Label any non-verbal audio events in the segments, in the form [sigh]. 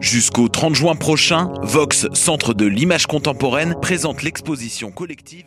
Jusqu'au 30 juin prochain, Vox, Centre de l'image contemporaine, présente l'exposition collective.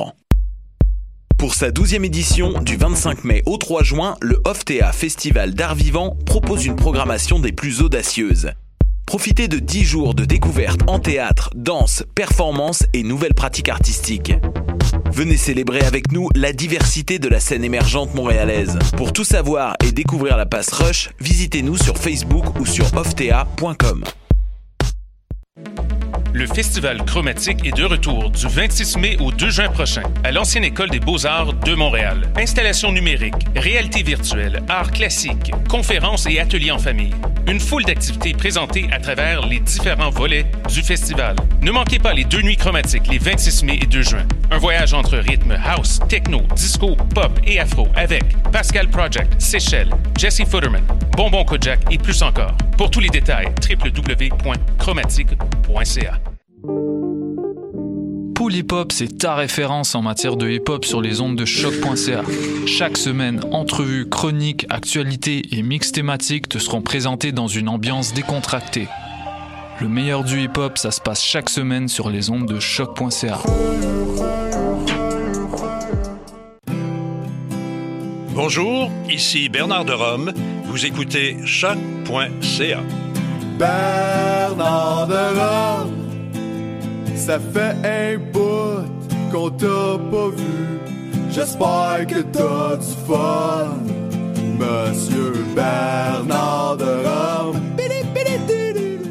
Pour sa 12e édition, du 25 mai au 3 juin, le OFTEA Festival d'Art Vivant propose une programmation des plus audacieuses. Profitez de 10 jours de découvertes en théâtre, danse, performance et nouvelles pratiques artistiques. Venez célébrer avec nous la diversité de la scène émergente montréalaise. Pour tout savoir et découvrir la passe Rush, visitez-nous sur Facebook ou sur oftea.com. Le festival chromatique est de retour du 26 mai au 2 juin prochain à l'ancienne école des beaux-arts de Montréal. Installations numériques, réalité virtuelle, arts classiques, conférences et ateliers en famille. Une foule d'activités présentées à travers les différents volets du festival. Ne manquez pas les deux nuits chromatiques les 26 mai et 2 juin. Un voyage entre rythme house, techno, disco, pop et afro avec Pascal Project, Seychelles, Jesse Futterman, Bonbon Kojak et plus encore. Pour tous les détails, www.chromatique.ca. Pool Hip Hop, c'est ta référence en matière de hip hop sur les ondes de choc.ca. Chaque semaine, entrevues, chroniques, actualités et mix thématiques te seront présentés dans une ambiance décontractée. Le meilleur du hip hop, ça se passe chaque semaine sur les ondes de choc.ca. Bonjour, ici Bernard de Rome. Vous écoutez choc.ca. Bernard de Rome, ça fait un bout qu'on t'a pas vu. J'espère que t'as du fun, Monsieur Bernard de Rome. Bidi, bidi, di, di, di.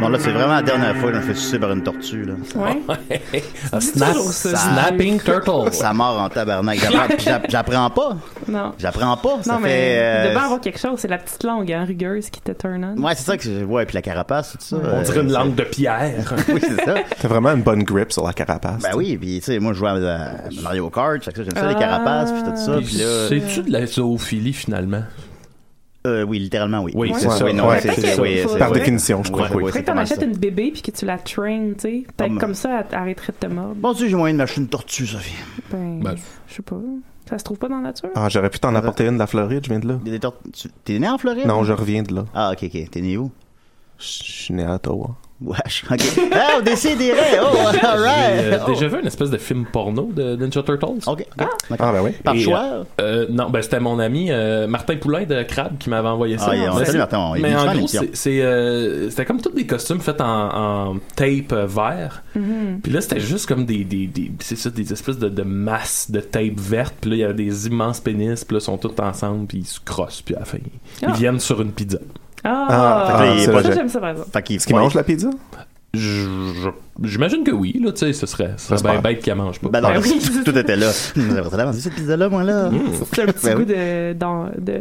Non, là, c'est vraiment la dernière fois qu'on fait sucer par une tortue. Là. Ouais. Ah, snap- toujours ça. snapping turtle. Ça mord en tabarnak. J'apprends- j'app- J'apprends pas. Non. J'apprends pas. Ça non, mais fait, il euh, devait avoir quelque chose. C'est la petite langue hein, rugueuse qui te turn on. Ouais, c'est ça que je vois. Puis la carapace, tout ça. euh, On dirait une langue de pierre. [laughs] Oui, c'est ça. T'as vraiment une bonne grip sur la carapace. Ben oui, puis tu sais, moi, je jouais à à Mario Kart. fait que ça, J'aime Ah. ça, les carapaces, puis tout ça. Puis là, C'est-tu de la zoophilie finalement? euh, oui, littéralement, oui. Oui, Ouais. c'est ça. Oui, non, Ouais, c'est- c'est c'est- ça. oui, c'est- Par oui. définition, je Ouais, crois. oui. ouais, Après, c'est t'en pas mal achètes ça. une bébé puis que tu la traînes, tu sais. Peut-être mais- comme ça, elle arrêterait de te mordre. Bon Dieu, j'ai moyen de m'acheter une tortue, Sophie. Ben, Ben. je sais pas. Ça se trouve pas dans la nature? Ah, j'aurais pu t'en apporter une de la Floride, je viens de là. Des- des tortues- tu- T'es né en Floride? Non, je reviens de là. Ah, ok, ok. T'es né où? Je suis né à Ottawa. Wesh. Ok. [laughs] Ah, on décide des raies. Oh, [laughs] alright. J'ai euh, déjà vu une espèce de film porno de Ninja Turtles. Ok. d'accord. Ah, ben oui. Par Et, choix? Euh, non, ben c'était mon ami euh, Martin Poulain de Crabe qui m'avait envoyé ça. Ah, il- on Mais- salue Martin, on- il mais nous en fait une gros, émission. c'est- c'est, euh, c'était comme tous des costumes faits en, en tape euh, vert. Mm-hmm. Puis là, c'était juste comme des, des, des- c'est ça, des espèces de, de masses de tape verte. Puis là, il y avait des immenses pénis. Puis là, ils sont tous ensemble. Puis ils se crossent. Puis à la fin, ils Ah. viennent sur une pizza. Ah, fait que les- ça, c'est j'aime ça, par exemple. Fait qu'il Est-ce qu'ils mangent la hein? pizza? Je- je- J'imagine que oui, là, tu sais, ce serait, ce serait J'espère. bien bête qu'il la mange pas. Ben non, Ben oui. [laughs] tout était là. J'aimerais ça d'avancer cette pizza-là, moi, là. Hmm. [laughs] C'est un petit Ben goût oui. de, dans, de,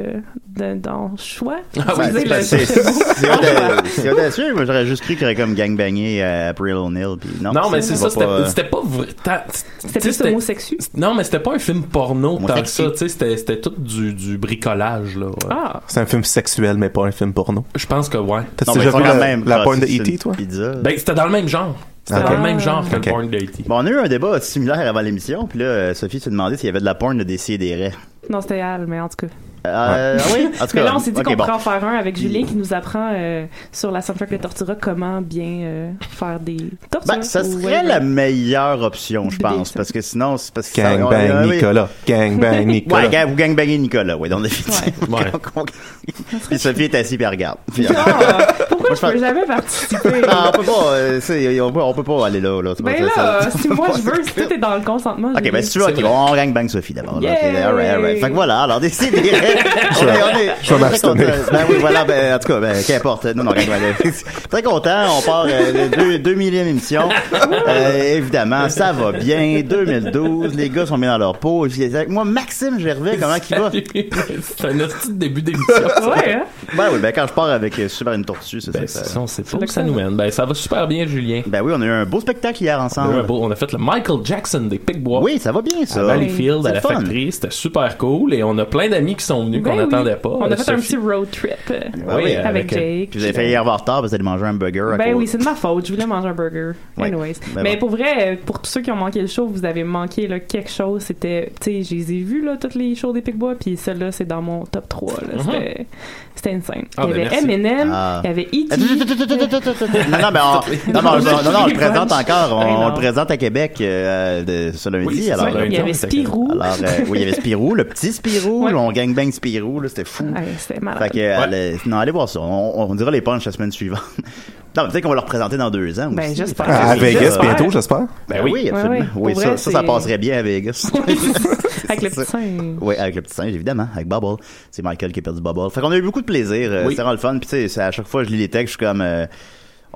de, dans choix. Ah oui, Ouais, Excusez c'est le- parce que c'est- c'est audacieux. C'est audacieux. Moi, j'aurais juste cru qu'il aurait comme gangbangé euh, April O'Neil. Puis non, Non, mais c'est ça, va c'était pas, euh, c'était pas vrai. tant- C'était tu sais, plus homosexu. Non, mais c'était pas un film porno tant que Homosexu. ça, tu sais, c'était- c'était tout du, du bricolage, là. ouais. Ah, C'est un film sexuel, mais pas un film porno. Je pense que ouais. T'as non, mais déjà ils sont vu quand la, même la porn de crossés sur E.T., une toi? Pizza. Ben, c'était dans le même genre. C'était Ok. dans le même genre que Ok. le porn de E.T. Bon, on a eu un débat similaire avant l'émission, puis là, euh, Sophie se demandait s'il y avait de la porn de des raies. non, c'était Al, mais en tout cas. Euh, ah oui? [laughs] En tout Mais cas, là, on s'est dit ok, qu'on bon. pourrait en faire un avec Julien qui nous apprend euh, sur la soundtrack de Tortura comment bien euh, faire des tortures. Ben, ça ou serait whatever. la meilleure option, je Bébé, pense, ça. parce que sinon, c'est parce que ça- Gang on- bang ah oui. Nicolas. [laughs] Gang bang Ouais, Nicolas. gang, vous gangbanguez Nicolas, oui, donc [laughs] définitivement. Ouais. qu'on- qu'on- Puis Sophie est assise et elle regarde. Puis, Ah, pourquoi je Moi, je peux pense- jamais participer? [laughs] Ah, on peut pas, euh, c'est- on peut, on peut pas aller là, là. tu vois, Ben ça- là, ça- [laughs] si moi [laughs] je veux, si tout est dans le consentement. Ok, Julien. ben si tu veux, ok, C'est vrai. on gang bang Sophie d'abord. là. Ok, ben, Yay! alright, alright. Fait que voilà, alors décidez. [laughs] on est, on est, je vais on est très m'abstenir. content. Ben oui, voilà, ben en tout cas, ben qu'importe. Non, non, gang bang. [laughs] très content, on part euh, de deux, deux millième émission. Euh, évidemment, ça va bien. 2012, les gars sont bien dans leur peau. Et puis, avec Moi, Maxime Gervais, comment qu'il [laughs] va? c'est un petit début d'émission. Ouais, hein? Ben oui, ben quand je pars avec euh, Super une tortue, c'est Ben, ça. c'est que ça, ça- on sait pas où ça nous mène. Ben, ça va super bien, Julien. Ben oui, on a eu un beau spectacle hier On a eu un ensemble. beau- on a fait le Michael Jackson des Pigbois. Oui, ça va bien à ça. Valleyfield, C'est à la fun. factory. C'était super cool. Et on a plein d'amis qui sont venus Ben qu'on oui. n'attendait pas. On a fait un Sophie- petit road trip euh, Ah oui, euh, avec euh, Jake. Puis vous avez fait hier avoir tard parce que vous allez manger un burger. à Ben cause- oui, c'est de ma faute. Je voulais manger un burger. Ouais. Anyways. Ben mais bon. pour vrai, euh, pour tous ceux qui ont manqué le show, vous avez manqué là, quelque chose. C'était, tu sais, je les ai vus, là, tous les shows des Picbois, puis celle-là, c'est dans mon top 3. là. Mm-hmm. Mhm. C'était- C'était insane. Ah, il ben y avait merci. Eminem, Ah. il y avait E E.T. Attends, attends, attends, attends, attends, attends, attends. Non, non, mais on, non, mais on- non, non, on le présente encore. On, on le présente à Québec euh, de- ce lundi. Oui, c'est alors, ça, euh, Il y avait C'était- Spirou. alors euh, oui, il y avait Spirou, le petit Spirou. Ouais. là, on gagne bang Spirou, là, c'était fou. Ouais, C'était Fait malade. [laughs] que, euh, allez- non, allez voir ça. On, on dira les punchs la semaine suivante. [laughs] Non, mais peut-être qu'on va le représenter dans deux ans. Ben, aussi. j'espère. Fait que- À Ah, Vegas j'espère. bientôt, j'espère. Ben oui, absolument. Ouais, ouais. Oui, Pour ça, vrai, ça, ça c'est- passerait bien à Vegas. [laughs] Avec le C'est ça. petit singe. Oui, avec le petit singe, évidemment, avec Bubble. C'est Michael qui a perdu Bubble. Fait qu'on a eu beaucoup de plaisir. euh, Oui. C'était vraiment le fun. Puis tu sais, c'est- à chaque fois, je lis les textes, je suis comme. euh,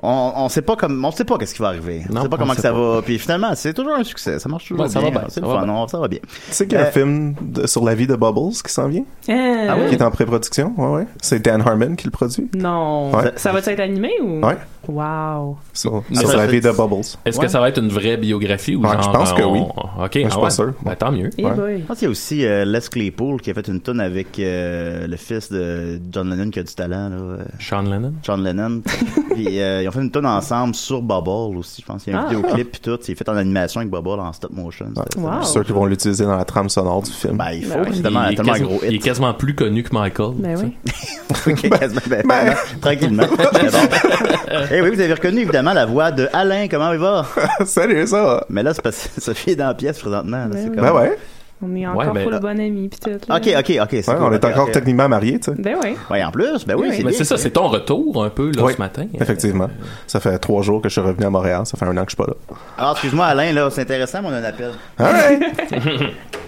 on, on sait pas comme on sait pas qu'est-ce qui va arriver. Non, on sait pas on comment sait que ça pas. va. Puis finalement, c'est toujours un succès. Ça marche toujours Ouais, ça bien. va bien, C'est ça le va fun. bien. On- ça va bien. Tu sais qu'il y a un Euh, film de- sur la vie de Bubbles qui s'en vient, Euh, Ah oui? qui est en pré-production. Ouais, ouais. C'est Dan Harmon qui le produit. Non. Ouais. Ça va-tu être animé ou? Ouais. Wow. Sur, Mais sur ça la Mm. Ah, fait- vie de Bubbles. Est-ce Ouais. que ça va être une vraie biographie ou Ouais, genre, Ben, je pense euh, que oui. on- Ok, je ah suis ouais. pas sûr. Ben, tant mieux. Eh Ouais. boy. Je pense qu'il y a aussi euh, Les Claypool qui a fait une tune avec euh, le fils de John Lennon qui a du talent, là, euh, Sean Lennon. John Lennon. [laughs] Puis euh, ils ont fait une tune ensemble sur Bubble aussi. Je pense qu'il y a un Ah. vidéoclip puis tout. C'est fait en animation avec Bubble en stop motion. C'était- Wow. Je suis sûr qu'ils vont l'utiliser dans la trame sonore du film. Ben, il faut, Ben c'est tellement, il, est tellement un quasi- gros il est hit. quasiment plus connu que Michael. Ben tu sais. oui. Ok, quasiment, ben, ben, Tranquillement. [laughs] Et oui, vous avez reconnu évidemment la voix de Alain, comment il va? [laughs] Salut, ça va? Mais là, c'est parce que Sophie est dans la pièce présentement. là, Ben c'est oui. comme- Ben ouais. On est encore Ouais, ben- pour le bon ami, pis tout. là. Ok, ok, ok. c'est Ouais, cool, on est ok, encore ok. techniquement mariés, tu sais. Ben oui. Ouais, en plus, ben oui, Oui, c'est Mais bien. c'est ça, c'est ton retour un peu là Oui. ce matin. hein. Euh. Effectivement. Ça fait trois jours que je suis revenu à Montréal. Ça fait un an que je suis pas là. Alors, Ah, excuse-moi, Alain, là, c'est intéressant, mais on a un appel. Alright. [laughs]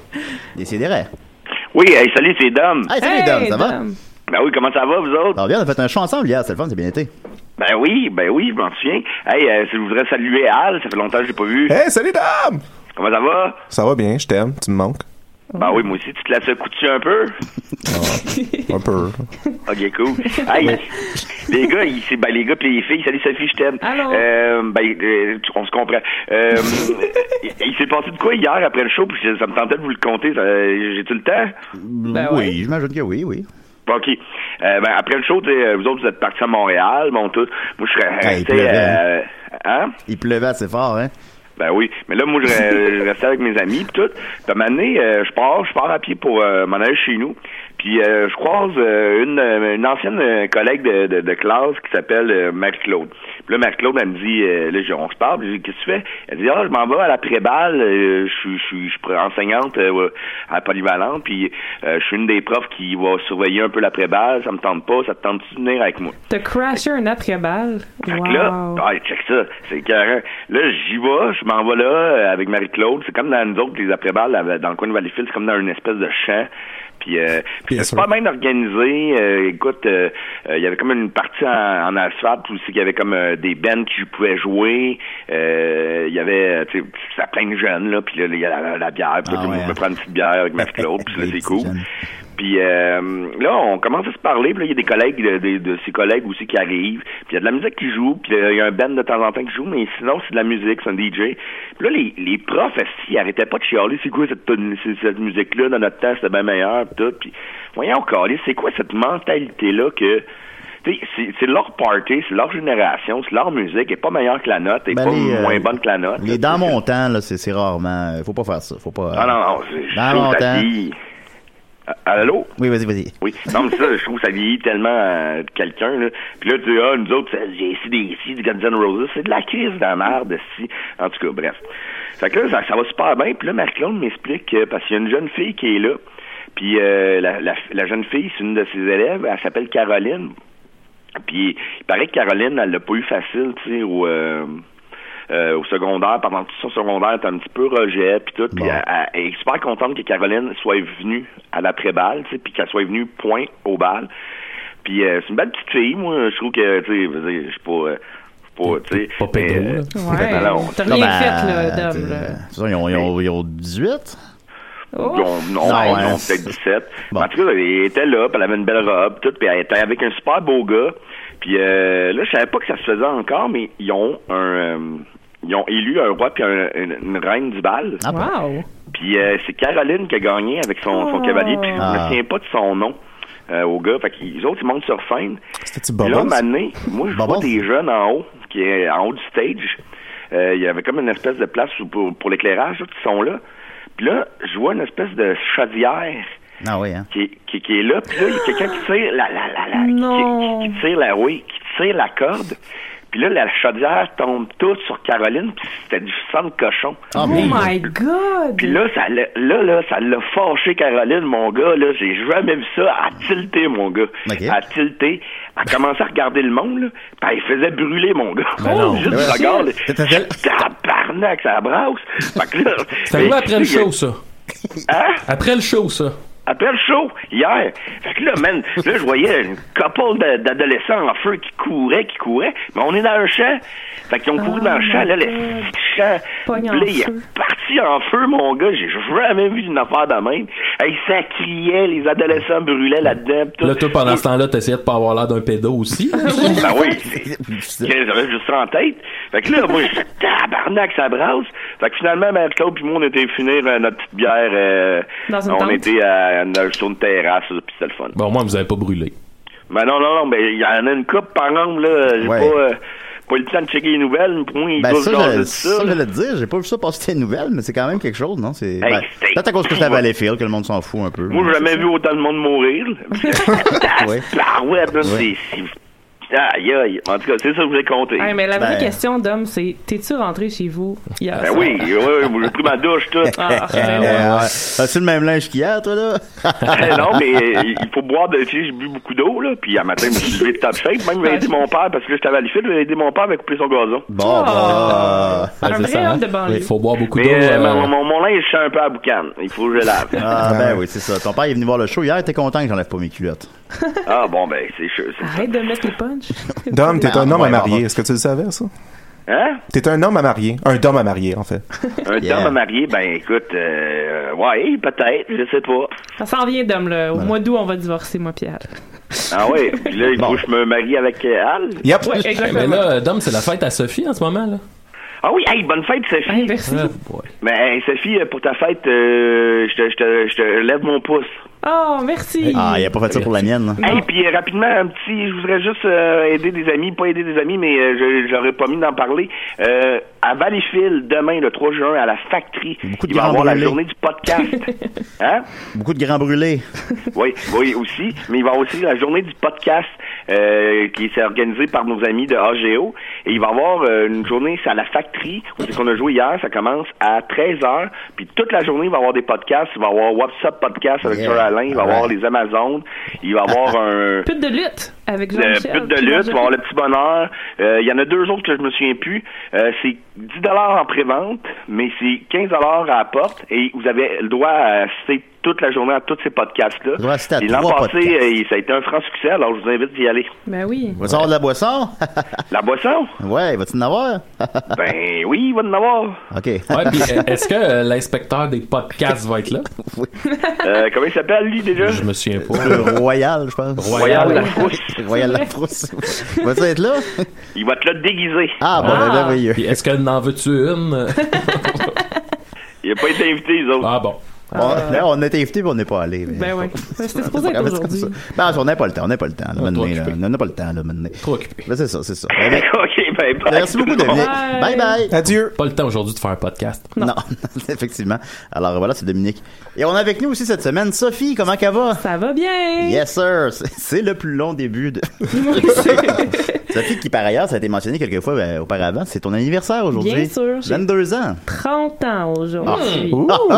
Décidérez. Oui, hey, salut, c'est Dom. Hey, salut, Dom, ça va? Dom. Ben oui, comment ça va, vous autres? Alors, bien, on a fait un show ensemble hier, c'est le fun, c'est bien été. Ben oui, ben oui, je m'en souviens. Hey, euh, je voudrais saluer Al, ça fait longtemps que je l'ai pas vu. Hey, salut, dame! Comment ça va? Ça va bien, je t'aime, tu me manques. Ben oui, moi aussi, tu te laisses coutu un peu? Un peu. Ok, cool. Hey, les gars, ils- c'est- ben, les gars pis les filles, salut Sophie, je t'aime. Allô? Euh, ben, euh, tu- on se comprend. Euh, [laughs] il, il s'est passé de quoi hier après le show, puis ça, ça me tentait de vous le compter, ça- euh, j'ai-tu le temps? Ben oui, ouais. j'imagine que oui, oui. OK. Euh, ben, après le show, tu sais, vous autres, vous êtes partis à Montréal, bon, tout. Moi, je serais Hey, il resté... pleuvait, euh, hein? Il pleuvait assez fort, hein? Ben oui, mais là moi je, re- je restais avec mes amis pis tout. Puis à un moment donné, euh, je pars, je pars à pied pour euh, m'en aller chez nous. Puis euh, je croise euh, une, euh, une ancienne euh, collègue de, de, de classe qui s'appelle euh, Marie-Claude. Puis là, Marie-Claude, elle me dit, euh, là, je- on se parle, puis je dis, qu'est-ce que tu fais? Elle dit, ah, je m'en vais à la pré-balle, euh, je suis- je suis je suis enseignante euh, à Polyvalente, puis euh, je suis une des profs qui va surveiller un peu la pré-balle, ça me tente pas, ça te tente-tu de venir avec moi? T'as crashé un après-balle. Fait que là, Wow. ah, check ça, c'est carré. Là, j'y vais, je m'en vais là euh, avec Marie-Claude. C'est comme dans nous autres, les après-balles, là, dans le coin de Valleyfield, c'est comme dans une espèce de champ. Puis, euh, puis Bien c'est sûr. pas bien organisé. Euh, écoute, euh, euh, il y avait comme une partie en, en asphalte aussi, qu'il y avait comme euh, des bands qui pouvaient jouer. Euh, Il y avait, tu sais, ça plein de jeunes, là. Puis là, il y a la, la- la bière. Puis là, Ah je ouais. me prends une petite bière avec Ben, Marie-Claude. Puis là, Les c'est petits cool. jeunes. Puis euh, là, on commence à se parler. Puis là, il y a des collègues, de, de- de ses collègues aussi qui arrivent. Puis il y a de la musique qui joue. Puis euh, il y a un band de temps en temps qui joue. Mais sinon, c'est de la musique, c'est un DJ. Puis là, les, les profs, esti, ils arrêtaient pas de chialer. C'est quoi cette, tonne- c'est- cette musique-là? Dans notre temps, c'était bien meilleur. Puis tout. Puis voyons, calé, c'est quoi cette mentalité-là que... tu sais, C'est c'est leur party, c'est leur génération, c'est leur musique, elle est pas meilleure que la note, elle est Ben, pas les, euh, moins bonne que la note. Les dans mon temps, là, c'est c'est rarement. Faut pas faire ça. Faut pas. Ah non, non, c'est Dans chaud mon à temps. dire. Ah, Allô? Oui, vas-y, vas-y. Oui. Non, mais ça, je trouve que ça vieillit tellement euh, quelqu'un, là. Puis là, tu dis, ah, nous autres, c'est ACDC, du Guns N' Roses, c'est de la crise dans la merde, si. En tout cas, bref. Fait que là, ça, ça va super bien. Puis là, Marie-Claude m'explique que, parce qu'il y a une jeune fille qui est là. Puis euh, la, la, la jeune fille, c'est une de ses élèves, elle s'appelle Caroline. Puis il paraît que Caroline, elle l'a pas eu facile, tu sais, au, euh, euh, au secondaire, pendant tout son secondaire, elle était un petit peu rejet, puis tout. Puis elle, elle- elle est super contente que Caroline soit venue à l'après-balle, tu sais, puis qu'elle soit venue point au bal. Puis euh, c'est une belle petite fille, moi, je trouve que, tu sais, je veux dire, je suis pas... euh, je suis pas, tu sais... Euh, Pas pédo, Ouais. T'as rien fait, là, Dom. là. ben, Ça, ils ont, ils ont- ils ont 18? Oh. Non, non, Non, non, hein. non, peut-être 17. En tout cas, elle était là, puis elle avait une belle robe, tout, puis elle était avec un super beau gars. Puis euh, là, je savais pas que ça se faisait encore, mais ils ont un... euh, ils ont élu un roi puis un- une, une reine du bal. Ah Wow. Puis euh, c'est Caroline qui a gagné avec son, son Ah. cavalier, puis je me Ah. souviens pas de son nom euh, au gars. Fait que les autres, ils montent sur scène. C'était-tu Puis là, Bubbles? maintenant, moi, je vois Bubbles? des jeunes en haut, qui est en haut du stage. Euh, Il y avait comme une espèce de place où- pour, pour l'éclairage, là, qui sont là. Puis là, je vois une espèce de chaudière Ah oui, hein. qui, est- qui, qui est là. Puis là, il y a quelqu'un qui tire la, la, la, la- qui- Non. qui, qui tire la, oui, qui tire la corde. Puis là, la chaudière tombe toute sur Caroline, puis c'était du sang de cochon. Ah, Oh mais- my God. Puis là, ça l'a- là, là, ça l'a fâché, Caroline, mon gars. Là, j'ai jamais vu ça. À tilté, mon gars. Ok. À tilté. Elle commençait à regarder le monde, là. Puis elle faisait brûler, mon gars. non. [laughs] Juste Mais le ouais. regard, là. T'étais celle- Tabarnak, ça brasse. Fait que là. C'est arrivé mais, après le tu sais, show, ça. Hein? Après le show, ça. Après le show, hier. Fait que là, man, là, je voyais une couple de- d'adolescents en feu qui couraient, qui couraient. Mais on est dans un champ. Fait qu'ils ont couru Oh dans le champ, my là, le God. petit champ. Pogne en Puis là, il est feu. parti en feu, mon gars. J'ai jamais vu une affaire de même. Hey, ça criait, les adolescents brûlaient là-dedans. pis tout. Là, toi, pendant ce temps-là, t'essayais de pas avoir l'air d'un pédo [laughs] aussi. Ben oui, c'est- j'avais juste ça en tête. Fait que là, moi, je fais tabarnak, ça brasse. Fait que finalement, Marie-Claude puis moi, on était finir euh, notre petite bière. euh, Dans une on tente. était à, sur une terrasse, puis c'était le fun. Bon, moi, vous avez pas brûlé. Ben non, non, non, ben il y en a une coupe, par exemple, là, j'ai Ouais. pas, euh, pas eu le temps de checker les nouvelles, mais pour moi, ils Ben doivent ça, jaser je, de ça, ça. je là. voulais te dire, j'ai pas vu ça passer tes nouvelles, mais c'est quand même quelque chose, non? C'est Hey, hein. ben, c'est- peut-être à cause que c'est à Valleyfield que le monde s'en fout un peu. Moi, j'ai jamais vu autant de monde mourir. Ouais. Par ouais, là, Ouais. c'est... c'est- Aïe, aïe. En tout cas, c'est ça que je voulais compter. Hey, mais la vraie Ben. question, Dom, c'est t'es-tu rentré chez vous hier Ben soir? oui, oui, oui, j'ai pris ma douche, [laughs] tout. Ah, ben Euh, ouais. ouais. As-tu le même linge qu'hier, toi, là? Eh non, mais euh, il faut boire de. Tu sais, j'ai bu beaucoup d'eau, là. Puis, un matin, je me suis levé de top shape. Même, j'ai aidé mon père, parce que là, j'étais à Valifide, j'ai aidé mon père à couper son gazon. Bon, Oh. bah... Un Ah, c'est vrai ça, homme hein. de banlieue. Il faut boire beaucoup d'eau. Mais euh, euh, mon, mon, mon linge, je suis un peu à boucan. Il faut que je lave. Ah, ben oui, c'est ça. Ton père est venu voir le show hier, il était content que j'enlève pas mes culottes. Ah, bon, ben, c'est sûr. c'est ça. Arrête de mettre les punchs. Dom, t'es un Ah, homme à ouais, marier. bon. Est-ce que tu le savais, ça? Hein? T'es un homme à marier. Un homme à marier, en fait. Un Yeah. homme à marier, ben écoute, euh, ouais, peut-être, je sais pas. Ça s'en vient, Dom, là. Au mois d'août, on va divorcer, moi, Pierre. Ah ouais, puis là, il faut que je me marie avec euh, Al. Yep. Ouais, Mais exactement. là, euh, Dom, c'est la fête à Sophie en ce moment, là. Ah oui, hey, bonne fête, Hey, Sophie. merci. Ah, boy. Mais hey, Sophie, euh, pour ta fête, euh, je te- je te je te lève mon pouce. Oh, merci. Ah, il a pas fait ça pour la mienne, là. Hey, puis euh, rapidement, un petit, je voudrais juste euh, aider des amis, pas aider des amis, mais euh, je- j'aurais pas mis d'en parler. Euh, à Valleyfield, demain, le 3 juin, à la Factory, Beaucoup de il va y avoir grands la brûlés. journée du [laughs] podcast. hein? Beaucoup de grands brûlés. Oui, oui, aussi. Mais il va y avoir aussi la journée du podcast euh, qui s'est organisée par nos amis de AGO. Et il va y avoir euh, une journée, c'est à la factory, où c'est qu'on a joué hier. Ça commence à 13h. Puis toute la journée, il va y avoir des podcasts. Il va y avoir WhatsApp Podcast avec Yeah. Charles Alain. Il va y avoir Alright. les Amazones. Il va y avoir un... Pute de lutte avec Le Jean-Michel. pute euh, de lutte, il va y avoir le petit bonheur. Euh, Il y en a deux autres que je me souviens plus. Euh, c'est 10 en pré-vente, mais c'est 15 à la porte. Et vous avez le droit à assister toute la journée à tous ces podcasts-là. Le droit à assister à Et l'an trois passé, podcasts. euh, il- ça a été un franc succès, alors je vous invite d'y aller. Ben oui. Vas-tu avoir de la boisson? [laughs] La boisson? ouais, vas-tu en avoir? ben oui, il va en avoir. OK. [laughs] Ouais, puis euh, est-ce que euh, l'inspecteur des podcasts va être là? Euh, comment il s'appelle, [laughs] lui, déjà? Je me souviens pas. Le Royal, je pense. Royal Royal. Lafrousse. [laughs] Royal Lafrousse. Vas-tu être là? Il va être là déguisé. Ah, bon, ben, merveilleux. Puis Est-ce qu'elle n'en veut-tu une? Il n'a pas été invité, les autres. [laughs] Ah bon. On- Là, ben, on était invités, mais on n'est pas allés. mais- [laughs] Ben oui. C'était supposé C'est être grave, c'est comme aujourd'hui. ça. Ben, on n'a pas le temps, on n'a pas le temps. là, maintenant, toi, là. occupé. on n'a pas le temps, là, maintenant. Trop occupé. Ben, c'est ça, c'est ça. Eh ben, OK, Bye bye. Merci beaucoup, tout le monde. Dominique. Bye bye. Adieu. Pas le temps aujourd'hui de faire un podcast. Non, [laughs] effectivement. Alors voilà, c'est Dominique. Et on a avec nous aussi cette semaine Sophie. Comment qu'elle va? Ça va bien! [laughs] Yes, sir. C'est- C'est le plus long début de. Sophie, qui par ailleurs, ça a été mentionné quelques fois ben, auparavant, c'est ton anniversaire aujourd'hui. Bien sûr, j'ai- 22 ans. 30 ans aujourd'hui. Euh, Ouh. Oh, oh,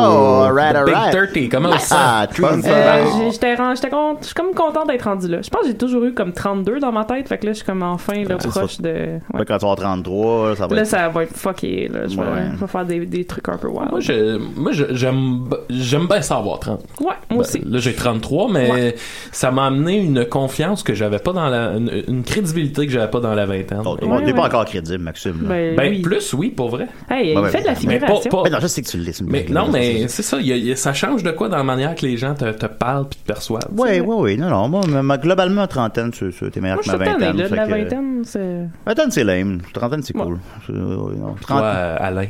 alright, The Big alright. 30, comment ça? Ah, Bonne Tree- Euh, Wow. j'ai- j'étais ren- j'étais con- Je suis comme contente d'être rendue là. Je pense que j'ai toujours eu comme 32 dans ma tête. Fait que là, je suis comme enfin là, Ah, c'est proche ça. de. ouais. Ouais, Quand tu vas avoir 33, ça va Là, être. ça va être fucké. Là. Je, vais, Ouais. je vais faire des, des trucs un peu wild. Moi, je, moi, je- j'aime, j'aime bien ça avoir 30. Ouais, moi Ben, aussi. Là, j'ai 33, mais ça m'a amené une confiance que j'avais pas dans la. une, une crédibilité que j'avais pas dans la vingtaine. Oh, T'es Ouais, pas ouais. encore crédible, Maxime. là. Ben, ben, oui. plus, oui, pour vrai. Hey, Ouais, il ouais, fait de la ben, mais Mais figuration. pas- Mais Ben, non, je sais que tu le laisses. Oh. Mais non, mais c'est ça, il y a- il y a- ça change de quoi dans la manière que les gens te, te parlent puis te perçoivent. tu Oui, oui, sais. oui. Non, non, moi, ma- ma- globalement, trentaine, c'est- c'est- t'es meilleur Moi, que je ma suis tannée, vingtaine. là, de la fait que- euh, vingtaine. c'est- Vingtaine, c'est lame. Trentaine, c'est Ouais. cool. C'est- ouais, non. Toi, [laughs] Trente- euh, Alain.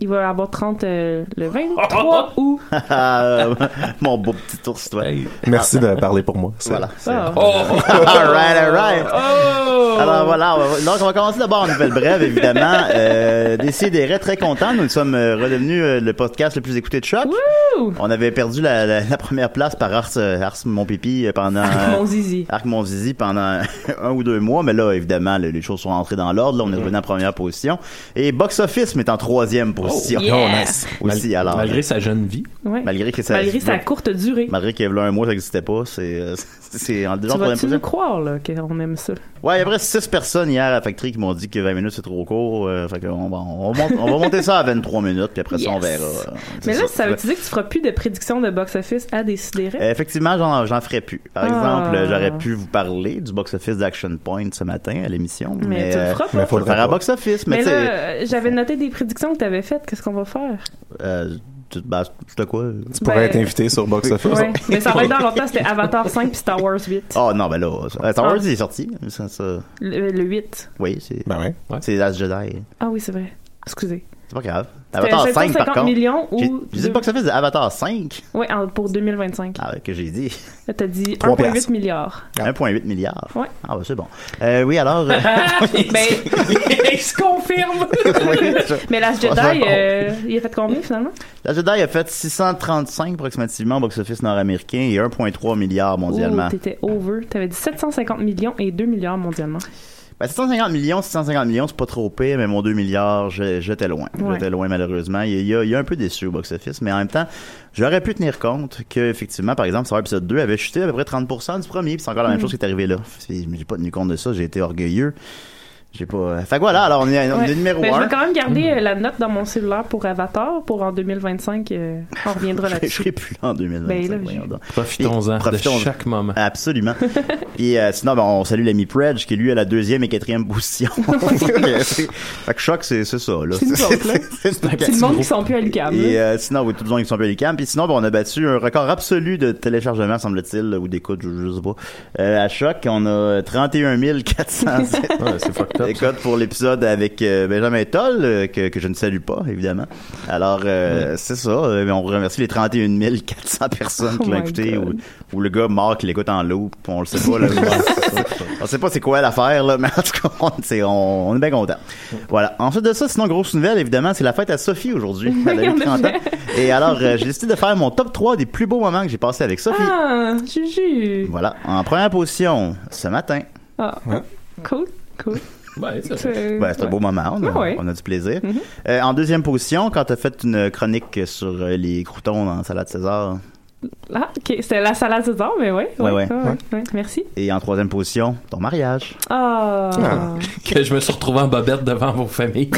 Il va avoir 30 euh, le [laughs] 23 août. Euh, Mon beau petit ours, toi. Hey. Merci de parler pour moi. C'est- Ah. Ah. Voilà. Oh, [laughs] [laughs] alright, alright. Oh! Alors voilà, on va- donc on va commencer d'abord en nouvelle [laughs] brève, évidemment. Euh, Décideret, très content. Nous sommes euh, redevenus euh, le podcast le plus écouté de Choc. Wouh! On avait perdu la, la- la première place par Ars, euh, Ars Mon Pipi euh, pendant... euh, Ah, Mon zizi. Arc Mon Zizi pendant [laughs] un ou deux mois, mais là, évidemment, le- les choses sont rentrées dans l'ordre. Là, Mm-hmm. on est revenu en première position. Et Box Office est en troisième position. yeah. Oh, nice. Aussi, alors. euh, Malgré sa jeune vie. Ouais. malgré que ça- Malgré sa courte durée. Malgré qu'il y avait un mois, ça n'existait pas. C'est, euh, [laughs] c'est en déjà en Tu troisième vas-tu nous position. croire là, qu'on aime ça? Ouais, il y a presque 6 personnes hier à la Factory qui m'ont dit que 20 minutes c'est trop court. euh, fait qu'on va- on, va monter- on va monter ça à 23 minutes, puis après ça, on Yes. verra. euh, c'est Mais là, ça. ça veut dire que tu feras plus de prédictions de box-office à décider. Euh, Effectivement, j'en, j'en ferai plus. Par Ah. exemple, euh, j'aurais pu vous parler du box-office d'Action Point ce matin à l'émission. mais, tu le euh, feras mais pas. faut- faut le faire à box-office, mais, Mais tu sais. là, euh, j'avais noté des prédictions que tu avais faites. Qu'est-ce qu'on va faire? [laughs] Euh, tu- bah, tu sais quoi? euh? Tu pourrais Ben, être invité sur Box Office. Ouais. Mais ça va être dans longtemps. C'était Avatar 5 puis Star Wars 8. Ah non, ben là, ça, Star Wars il est sorti. Ça, ça- Le, le 8. oui, c'est Ben ouais. c'est Last Jedi. Ah oui, c'est vrai. Excusez. C'est pas grave. C'était Avatar 5, par 750 contre. millions J'ai ou... j'ai dit pas que ça fait Avatar 5 Oui, pour 2025. ah, que j'ai dit. Là, T'as dit Trois 1,8 piastres. milliard. 1,8 milliard. Ouais. Ah, bah, c'est bon. Euh, oui, alors. euh, [laughs] [laughs] ben, Il se confirme! oui, je- mais Last On Jedi, s'en compte. euh, il a fait combien finalement? Last Jedi a fait 635 approximativement au box-office nord-américain et 1,3 milliard mondialement. Ouh, Oh, t'étais over. T'avais dit 750 millions et 2 milliards mondialement. Ben, 750 millions, 650 millions, c'est pas trop pire, mais mon 2 milliards, je- j'étais loin. Ouais. J'étais loin, malheureusement. Il, il a, il a un peu déçu au box-office, mais en même temps, j'aurais pu tenir compte que, effectivement, par exemple, Star Wars Episode 2 avait chuté à peu près 30% du premier, puis c'est encore Hmm. la même chose qui est arrivée là. Fait- J'ai pas tenu compte de ça, j'ai été orgueilleux. J'ai pas. euh, Fait que voilà, alors on est, on est Ouais. numéro Mm. Mais je 1. vais quand même garder euh, la note dans mon cellulaire pour Avatar pour en 2025. euh, on [laughs] reviendra Je là-dessus. serai plus là en 2025. Ben là, voyons donc. Profitons-en de Profitons-en. chaque moment. Absolument. [laughs] Puis euh, sinon, ben, on salue l'ami Predge qui lui a la deuxième et [laughs] quatrième [laughs] position. fait que choc, c'est c'est ça. là. [laughs] C'est nous autres, là. C'est C'est le monde qui sont plus à l'UQAM, Et là. euh, sinon, oui, tout le monde qui sont payés les cams. Puis sinon, ben, on a battu un record absolu de téléchargement, semble-t-il, ou d'écoute, je, je sais pas. Euh, à choc, on a 31 407 Ouais, c'est fucked up. écoutes pour l'épisode avec euh, Benjamin Toll, euh, que, que je ne salue pas, évidemment. Alors, euh, c'est ça. Euh, on remercie les 31 400 personnes qui Oh l'ont my écouté, God. ou, ou le gars mort qui l'écoute en loop. On le sait [laughs] pas, là. on sait pas c'est quoi l'affaire, là, mais en tout cas, on, c'est- on, on est bien content. Voilà. Ensuite de ça, sinon, grosse nouvelle, évidemment, c'est la fête à Sophie aujourd'hui. Elle a eu en 30 ans. effet. Et alors, euh, j'ai décidé de faire mon top 3 des plus beaux moments que j'ai passé avec Sophie. Ah, Juju. Voilà. En première position, ce matin. Ah, cool, cool. Ouais, c'est [laughs] ça. C'est- Ben, c'est un beau moment. On a, Ah ouais. on a du plaisir. Euh, en deuxième position, quand t'as fait une chronique sur euh, les croutons dans Salade César. Ah, ok, c'était la salade dedans, mais ouais. Ouais, ouais. ouais. Merci. Et en troisième position, ton mariage. Ah. Que je me suis retrouvé en bobette devant vos [laughs] familles.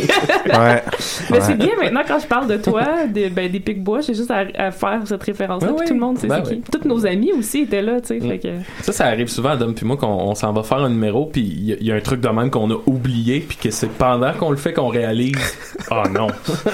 Ouais. Mais c'est Ouais. bien maintenant quand je parle de [laughs] toi, des, ben, des pics bois, j'ai juste à, à faire cette référence-là. Ouais, puis ouais. Tout le monde sait Ben c'est ouais. qui. Tous nos amis aussi étaient là, tu sais. Mm. Fait que... Ça, ça arrive souvent à Dom puis moi qu'on on s'en va faire un numéro puis il y, a- il y a un truc de même qu'on a oublié puis que c'est pendant qu'on le fait qu'on [laughs] réalise oh non oh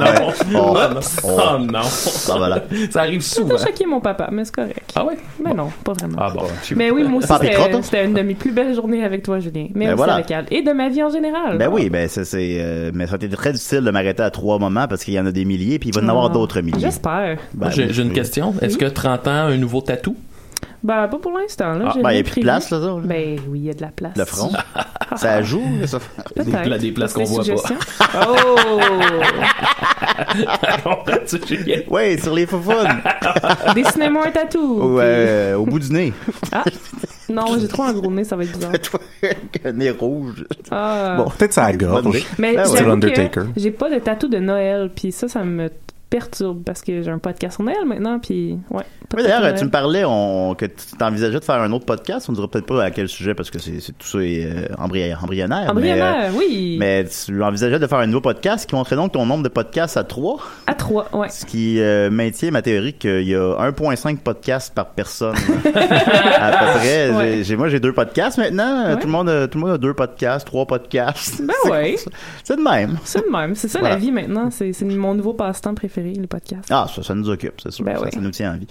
non Oh. oh, non Oh. oh non Ah, voilà. [laughs] ça arrive T'as souvent choqué mon papa, mais c'est correct. ah ouais Mais non, pas vraiment. ah bon Mais oui, moi aussi, Papi Crotte. c'était- c'était une de mes plus belles journées avec toi, Julien. Mais hein. Ben aussi voilà. avec Al. Et de ma vie en général. Ben oui, ben c'est, c'est, euh, mais ça a été très difficile de m'arrêter à trois moments parce qu'il y en a des milliers, puis il va y en avoir Ah. d'autres milliers. J'espère. Ben, J'ai j'ai une oui. question est-ce que 30 ans un nouveau tatou Ben, pas pour l'instant. là. Ah, J'ai ben, rien y a plus de prévu. place, là, ça, là. Ben oui, il y a de la place. [laughs] Le front. ça joue, ça. Peut-être. Des pla- des places qu'on voit pas. [laughs] suggestions? oh! Ah, Comprends-tu, Julien? Ouais, sur les faufounes. Dessinez-moi un tatou. [laughs] Ou, euh, au bout du nez. Ah! Non, j'ai trop un gros nez, ça va être bizarre. [laughs] Toi, un nez rouge. Ah. Bon, peut-être ça à la Bonne idée. gorge. Mais Ben ouais. j'avoue Style que Undertaker. j'ai pas de tatou de Noël, puis ça, ça me perturbe parce que j'ai un podcast sur Noël maintenant, puis ouais. pas de Oui, tatou d'ailleurs, de tu me Noël. parlais on, que tu t'envisageais de faire un autre podcast. On ne dira peut-être pas à quel sujet parce que c'est c'est- tout ça est euh, embry- embryonnaire. Mais, euh, Embryonnaire, oui. mais tu envisageais de faire un nouveau podcast qui montrait donc ton nombre de podcasts à trois, À trois, ouais. ce qui euh, maintient ma théorie qu'il y a 1,5 podcasts par personne. [laughs] à peu près. Ouais. J'ai- j'ai- moi, j'ai deux podcasts maintenant. Ouais. Tout, le monde a, tout le monde a deux podcasts, trois podcasts. Ben ouais, [laughs] C'est de même. c'est le même. C'est ça Voilà. la vie maintenant. C'est c'est mon nouveau passe-temps préféré, le podcast. Ah, ça, ça nous occupe, c'est sûr. Ben ça, oui. ça nous tient en vie.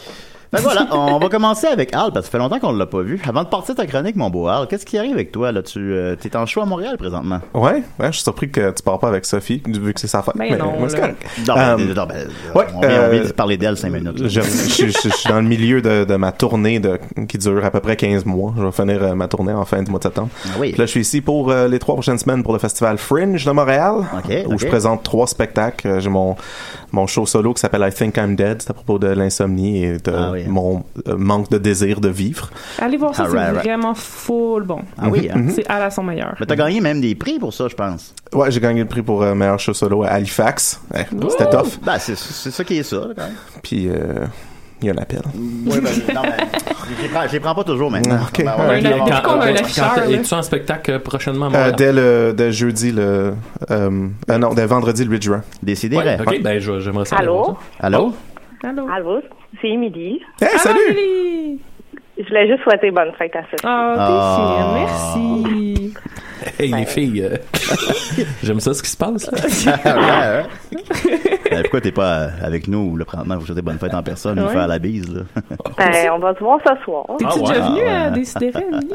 Ben [laughs] voilà, on va commencer avec Al, parce que ça fait longtemps qu'on ne l'a pas vu. Avant de partir ta chronique, mon beau Al, qu'est-ce qui arrive avec toi? là Tu es en show à Montréal présentement. Ouais, ouais, je suis surpris que tu pars pas avec Sophie, vu que c'est sa fête. Ben mais non, moi, c'est là. correct. Non, ben, Euh, non, ben, ouais, on vient, on vient de euh, parler d'elle cinq minutes. là. Je, je- je- je suis dans le milieu de, de ma tournée de, qui dure à peu près 15 mois. Je vais finir euh, ma tournée en fin du mois de septembre. Ah oui. Puis Là, je suis ici pour euh, les trois prochaines semaines pour le festival Fringe de Montréal, Ok, où ok. je présente trois spectacles. Euh, J'ai mon, mon show solo qui s'appelle I Think I'm Dead. C'est à propos de l'insomnie et de Ah oui. mon euh, manque de désir de vivre. Allez voir ça, Ah, c'est right, right. vraiment full bon. Ah oui, Mhm. hein? C'est à la son meilleur. Mais t'as gagné même des prix pour ça, je pense. Ouais, j'ai gagné le prix pour euh, meilleur show solo à Halifax. Ouais, C'était Ouh! tough. Ben, c'est c'est ça qui est ça, là, quand même. Puis euh, il y a un appel. Oui, ben, [laughs] non, ben, je les prends- je les prends pas toujours maintenant. Ah, Ok. Ben, Un ben, appel. bon. Quand- qu'on a un afficheur, là? es-tu en spectacle euh, prochainement à Euh, Montréal? dès le dès jeudi le euh, euh, non dès vendredi le 8 juin. Décidez, Ouais, rêve. ok, ben je- j'aimerais ça. Allô? Oh. Allô? Allô? Ah, Allô, c'est Émilie. Hey, Allô, salut. Émilie! Je voulais juste souhaiter bonne fête à Sophie. Ah, Ah. t'es fine, merci. Hey, Ben. les filles, euh, [laughs] j'aime ça ce qui se passe, là. [laughs] Ah, Ouais, ouais. Ben, pourquoi t'es pas euh, avec nous, le printemps, vous souhaitez bonne fête en personne, nous Ouais. faire la bise, là? Ben, on va se voir ce soir. T'es-tu ouais. déjà venue Ah, à ouais. décider, Émilie?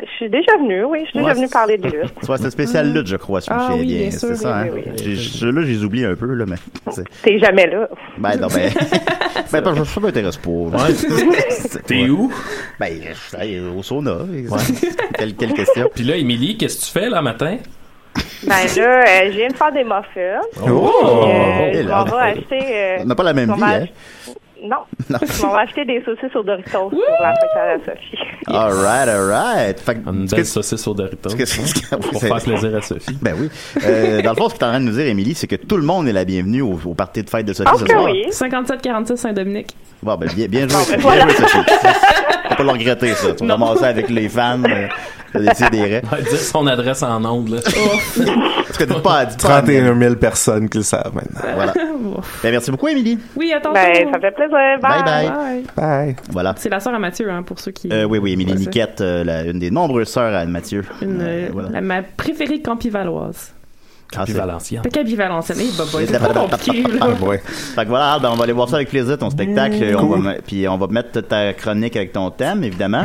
Je suis déjà venue, oui, je suis Ouais, déjà venue c'est- parler de lutte. C'est un spécial lutte, je crois, si je me Ah souviens oui, bien. bien sûr, c'est ça, oui, hein? oui, J'ai- Ceux-là, je les oublie un peu, là, mais. c'est- T'es jamais là. Ben, non, [laughs] ben. ben, parce que ça m'intéresse pas. [laughs] T'es où? Ben, je suis allé au sauna. [laughs] Quelle, quelle question? Puis là, Émilie, qu'est-ce que tu fais, là, matin? Ben là, euh, je viens de faire des muffins. Oh! Euh, je Et là, m'en vais acheter... euh, On n'a pas la même je m'en vie, vais hein? ach- [laughs] Non. Je m'en vais acheter des saucisses aux Doritos pour la fête à la Sophie. Alright, alright. Fait que- Une ce que- belle saucisse au Doritos. ce que- ce que- Pour c'est- faire plaisir à Sophie. Ben oui. Euh, dans le fond, ce que t'es en train de nous dire, Émilie, c'est que tout le monde est la bienvenue au, au party de fête de Sophie Ah ce ben que soir. oui. 57-46 Saint-Dominique. Bon, ben, bien, bien joué. Bon, ben, bien voilà. joué, Sophie. Faut pas le regretter, ça. Tu vas ramasser avec les fans, euh, de décider. Ouais, Dire son adresse en ondes, [laughs] là. Parce que t'es pas à dites pas à- 31 000 personnes qui le savent maintenant. [laughs] Voilà. Ben, merci beaucoup, Émilie. Oui, attends. Ben, ça fait plaisir. Bye, bye. Bye. Bye. Voilà. C'est la sœur à Mathieu, hein, pour ceux qui. Euh, oui, oui, Émilie Ouais, c'est Niquette, euh, la- une des nombreuses sœurs à Mathieu. Une, Euh, voilà. la- ma préférée campivaloise. Ah, Puis c'est- Valenciennes. Fait campivalencienne. Eh, bah, bah, c'est trop [laughs] compliqué, là. Ah, ouais. Fait que voilà, ben, on va aller voir ça avec plaisir, ton spectacle. On va me- puis on va mettre ta chronique avec ton thème, évidemment.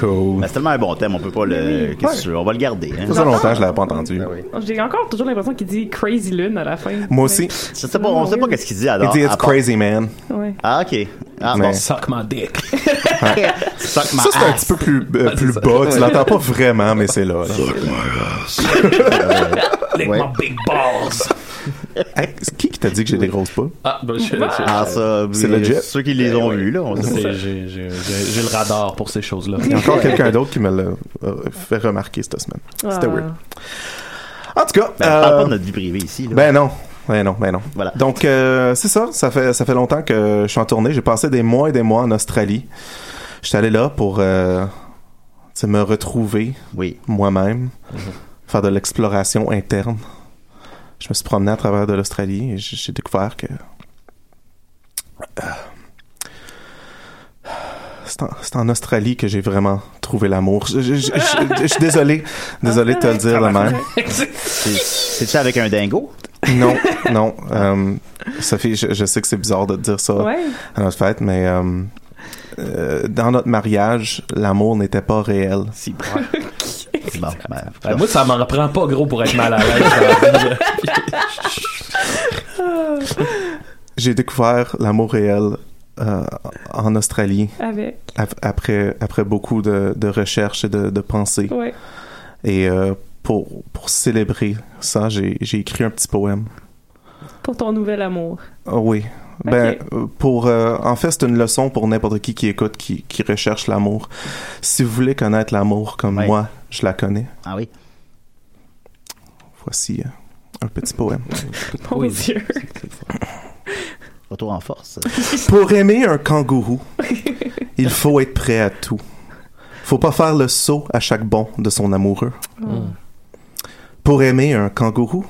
Cool. Ben, c'est tellement un bon thème, on peut pas le. Qu'est-ce que tu veux? On va le ben garder. hein. Ça faisait longtemps que je l'avais pas entendu. J'ai encore toujours l'impression qu'il dit Crazy Lune à la fin. Moi aussi. Je sais pas, on sait pas qu'est-ce qu'il dit alors. Il dit à It's part- crazy, man. Ouais. Ah, ok. Ah, Mais- bon. Suck my dick. Suck my Ça, c'est un ass. petit peu plus, euh, plus bas. Tu [laughs] l'entends pas vraiment, mais c'est là. là. Lick Ouais. my big balls. Hey, c'est qui qui t'a dit que j'ai des grosses pas? Ah, ben, je- je- Ah, ça, C'est oui, legit. Ceux qui les ont vus, là. On c'est- j'ai- j'ai- j'ai j'ai le radar pour ces choses-là. Il y a encore quelqu'un d'autre qui me l'a euh, fait remarquer cette semaine. C'était Ah. weird. En tout cas, Ben, on parle euh, pas de notre vie privée ici, là. Ben non. Ben non, ben non. Voilà. Donc euh, c'est ça, ça fait ça fait longtemps que je suis en tournée, j'ai passé des mois et des mois en Australie. J'étais allé là pour euh, tu sais, me retrouver Oui. moi-même, faire de l'exploration interne. Je me suis promené à travers de l'Australie et j'ai j'ai découvert que euh, c'est en, c'est en Australie que j'ai vraiment trouvé l'amour. Je je- je- je- je suis désolé, désolé de te le dire de même. C'est ça avec un dingo? Non, non. euh, Sophie, je, je sais que c'est bizarre de te dire ça Ah. Ouais. à notre fête, mais euh, euh, dans notre mariage, l'amour n'était pas réel. Si, ben, bon, Ben, moi, ça m'en prend pas gros pour être mal à l'aise. J'ai découvert l'amour réel euh, en Australie Avec. ap- après, après beaucoup de, de recherches et de, de pensées. Ouais. Et euh, pour, pour célébrer ça, j'ai j'ai écrit un petit poème. Pour ton nouvel amour. Ah oui. Ben, euh, pour, euh, en fait, c'est une leçon pour n'importe qui qui écoute, qui, qui recherche l'amour. Si vous voulez connaître l'amour comme Ouais. moi, je la connais. Ah oui. Voici euh, un petit poème. Mon Dieu. [laughs] Retour en force. Pour aimer un kangourou, il faut être prêt à tout. Faut pas faire le saut à chaque bond de son amoureux. Pour aimer un kangourou,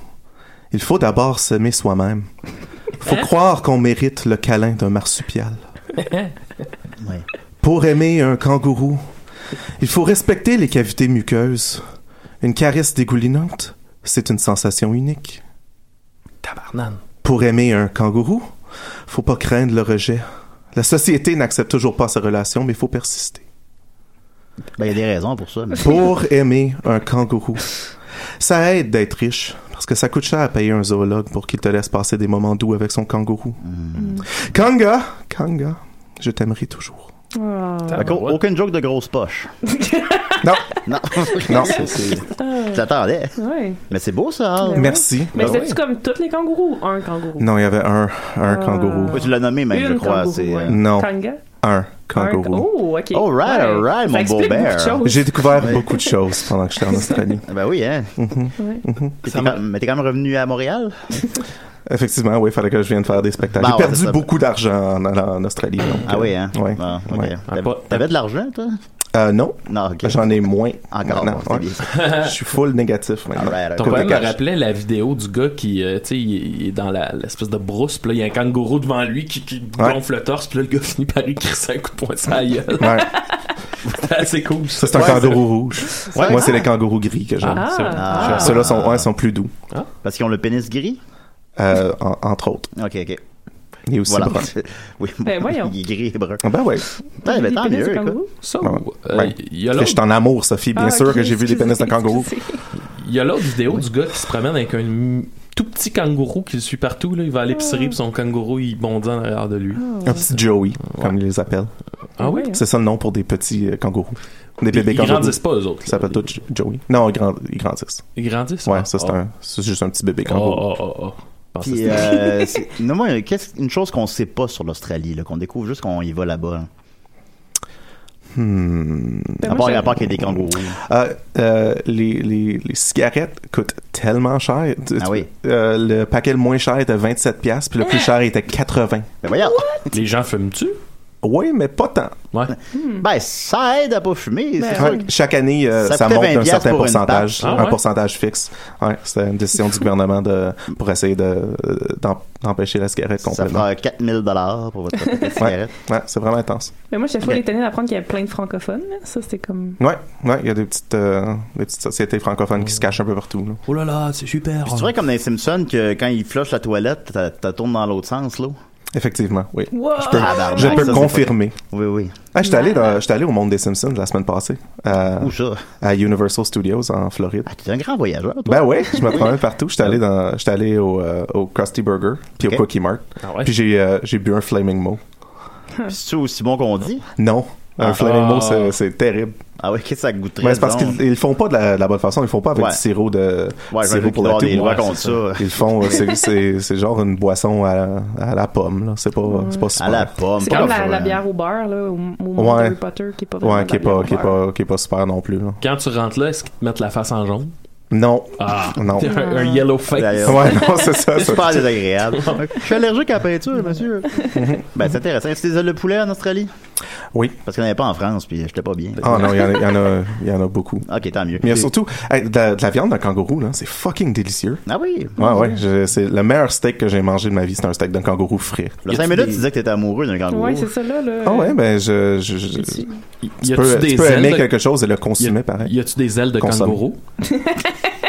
il faut d'abord s'aimer soi-même. Faut croire qu'on mérite le câlin d'un marsupial. Pour aimer un kangourou, il faut respecter les cavités muqueuses. Une caresse dégoulinante, c'est une sensation unique. Tabarnane. Pour aimer un kangourou, faut pas craindre le rejet. La société n'accepte toujours pas sa relation, mais faut persister. Ben, il y a des raisons pour ça. mais- Pour aimer un kangourou, ça aide d'être riche, parce que ça coûte cher à payer un zoologue pour qu'il te laisse passer des moments doux avec son kangourou. Hmm. Kanga, Kanga, je t'aimerai toujours. Fait qu'au- Aucune joke de grosse poche. Non. Non. Non. C'est- c'est- Tu l'attendais. Ouais. Mais c'est beau, ça. Al. Ben ouais. Merci. Mais Ben c'est-tu ouais. comme tous les kangourous? Un kangourou. Non, il y avait un, un Ah. kangourou. Oui, tu l'as nommé même, Une je crois. kangourou, c'est, ouais. euh, Non, Kanga? un Un- kangourou. Oh, ok. All right, all Ça right, mon explique beau beaucoup de bear. choses. J'ai découvert Ouais. beaucoup de choses pendant que j'étais en Australie. Ben oui, hein. [laughs] Mhm. Ouais. Puis t'es quand- Mais t'es quand même revenu à Montréal? Effectivement, oui, il fallait que je vienne faire des spectacles. Bah, J'ai ouais, perdu c'est ça. beaucoup d'argent en allant en Australie. donc, Ah euh, oui, hein? ouais, Ah, ok. ouais. T'avais- pas- T'avais de l'argent, toi? Euh, non, Non, ok. j'en ai moins. Encore, maintenant, c'est ouais. bien. Je suis full [laughs] négatif maintenant. Alright, alright. Ton Côté poème me cash. rappelait la vidéo du gars qui, euh, tu sais, il, il est dans la- l'espèce de brousse, puis là, il y a un kangourou devant lui qui, qui Ouais. gonfle le torse, puis là, le gars finit par lui crisser un coup de poing sur la gueule. [laughs] Ouais, C'était assez cool. ça c'est un Ouais, kangourou rouge. Ouais. Moi, c'est les kangourous gris que j'aime. Ah, Ah. ah. Ceux-là sont, ouais, sont plus doux, Parce qu'ils ont le pénis gris? euh, en- entre autres. Ok, ok. Et aussi Voilà. brun. [laughs] oui, Ben, voyons. Il est gris et brun. Ah Ben ouais. Ben, ben, Les tant pénis mieux, du écoute. kangourou? Ça, Ouais. euh, Ouais. il y a Parce que Je l'autre suis en amour, Sophie. Bien Ah, sûr ok, que j'ai vu les pénis excusez, d'un [laughs] kangourou. excusez. il y a l'autre vidéo du gars qui se promène avec un m- tout petit kangourou qui le suit partout, là. Il va à l'épicerie, puis son kangourou, il bondit en arrière de lui. Un petit Joey, comme ils les appellent. Ah oui? Ouais. C'est ça le nom pour des petits euh, kangourous. Des Ils, bébés ils kangourous. grandissent pas, eux autres. Ça s'appelle tout Joey. Non, ils grand- ils grandissent. Ils grandissent? Ouais, Ah, ça c'est ah. un, c'est juste un petit bébé kangourou. Oh, oh, oh, oh. Je pensais que Puis, c'était- euh, [laughs] c'est- non, moi, qu'est-ce- une chose qu'on sait pas sur l'Australie, là, qu'on découvre juste qu'on y va là-bas. là. Hmm. Ben, À moi, part, j'ai- à part qu'il y a des kangourous. Ah, euh, les, les, les cigarettes coûtent tellement cher. Tu- Ah tu- oui. euh, le paquet le moins cher était 27$, piastres, puis le Ah. plus cher était 80$. Ben voyons. euh, Les gens fument-tu? Oui, mais pas tant. Ouais. Ben, ça aide à pas fumer. c'est- Ouais, chaque année, euh, Ça ça, coûtait monte d'un 20$ certain pour une pourcentage, pape. Ah ouais? un pourcentage fixe. Ouais, c'était une décision du gouvernement de, pour essayer de- euh, d'em- d'empêcher la cigarette Ça complètement. fera 4000 dollars pour [laughs] votre paquet de cigarettes. Ouais, c'est vraiment intense. Mais moi, chaque fois, Ok. j'étais étonnée d'apprendre qu'il y avait plein de francophones. là. Ça, c'était comme. Ouais, ouais, il y a des petites, euh, des petites sociétés francophones qui se cachent un peu partout. là. Oh là là, c'est super. Puis C'est vrai comme dans les Simpsons que quand ils flushent la toilette, ça, ça tourne dans l'autre sens, là. Effectivement, oui. Je Wow! peux, Tabarnak, je ça, peux c'est pas- confirmer. Oui, oui. Ah, j'étais allé, dans- j'étais allé au monde des Simpsons la semaine passée. euh, Où ça? à Universal Studios en Floride. Ah, t'es un grand voyageur, toi. Ben ouais, je me promène partout. J'étais allé dans, j'étais allé au, euh, au Krusty Burger puis Ok. au Cookie Mart. Ah ouais? Puis j'ai, euh, j'ai bu un Flaming Mo. Puis C'est aussi bon qu'on dit. Non, un Ah. Flaming Mo, Ah. c'est, c'est terrible. Ah oui, qu'est-ce que ça goûterait? Ben, c'est parce disons? qu'ils ils le font pas de la, la bonne façon. Ils le font pas avec Ouais. du sirop de Ouais, du je vais sirop vous pour la avoir toux. des lois Ouais, contre c'est ça. Ils le font, euh, c'est, c'est, c'est genre une boisson à, la- à la pomme. Là. C'est pas, c'est pas super. À la pomme. C'est pas comme la, vrai. la bière au beurre, là, au, au monde Ouais. Harry Potter, qui est pas vraiment Ouais, qui est de la pas, bière qui est au beurre. pas, qui est pas super non plus. là. Quand tu rentres là, est-ce qu'ils te mettent la face en jaune? Non, Ah. non. Ah. Un, un yellow face. D'ailleurs. Ouais, non, c'est ça. C'est ça. super [laughs] désagréable. Je suis allergique à la peinture, monsieur. ben, c'est intéressant. Est-ce que tu ailes de poulet en Australie? Oui. Parce qu'il n'y en avait pas en France, puis j'étais pas bien. Ah non, il y en a- il y en a- il y en a beaucoup. Ok, tant mieux. Mais surtout, hey, de, la, de la viande d'un kangourou, là, c'est fucking délicieux. Ah oui. Ouais, ouais, je- c'est le meilleur steak que j'ai mangé de ma vie, c'est un steak d'un kangourou frais. Le 5 minutes, tu disais que t'étais amoureux d'un kangourou. Ouais, c'est ça, là. là [laughs] Ah ouais, ben je... je- je- tu, Y a-tu peux, tu des peux ailes aimer de... quelque chose et le y a- consommer pareil. Y a-tu des ailes de Consomme. kangourou? [laughs]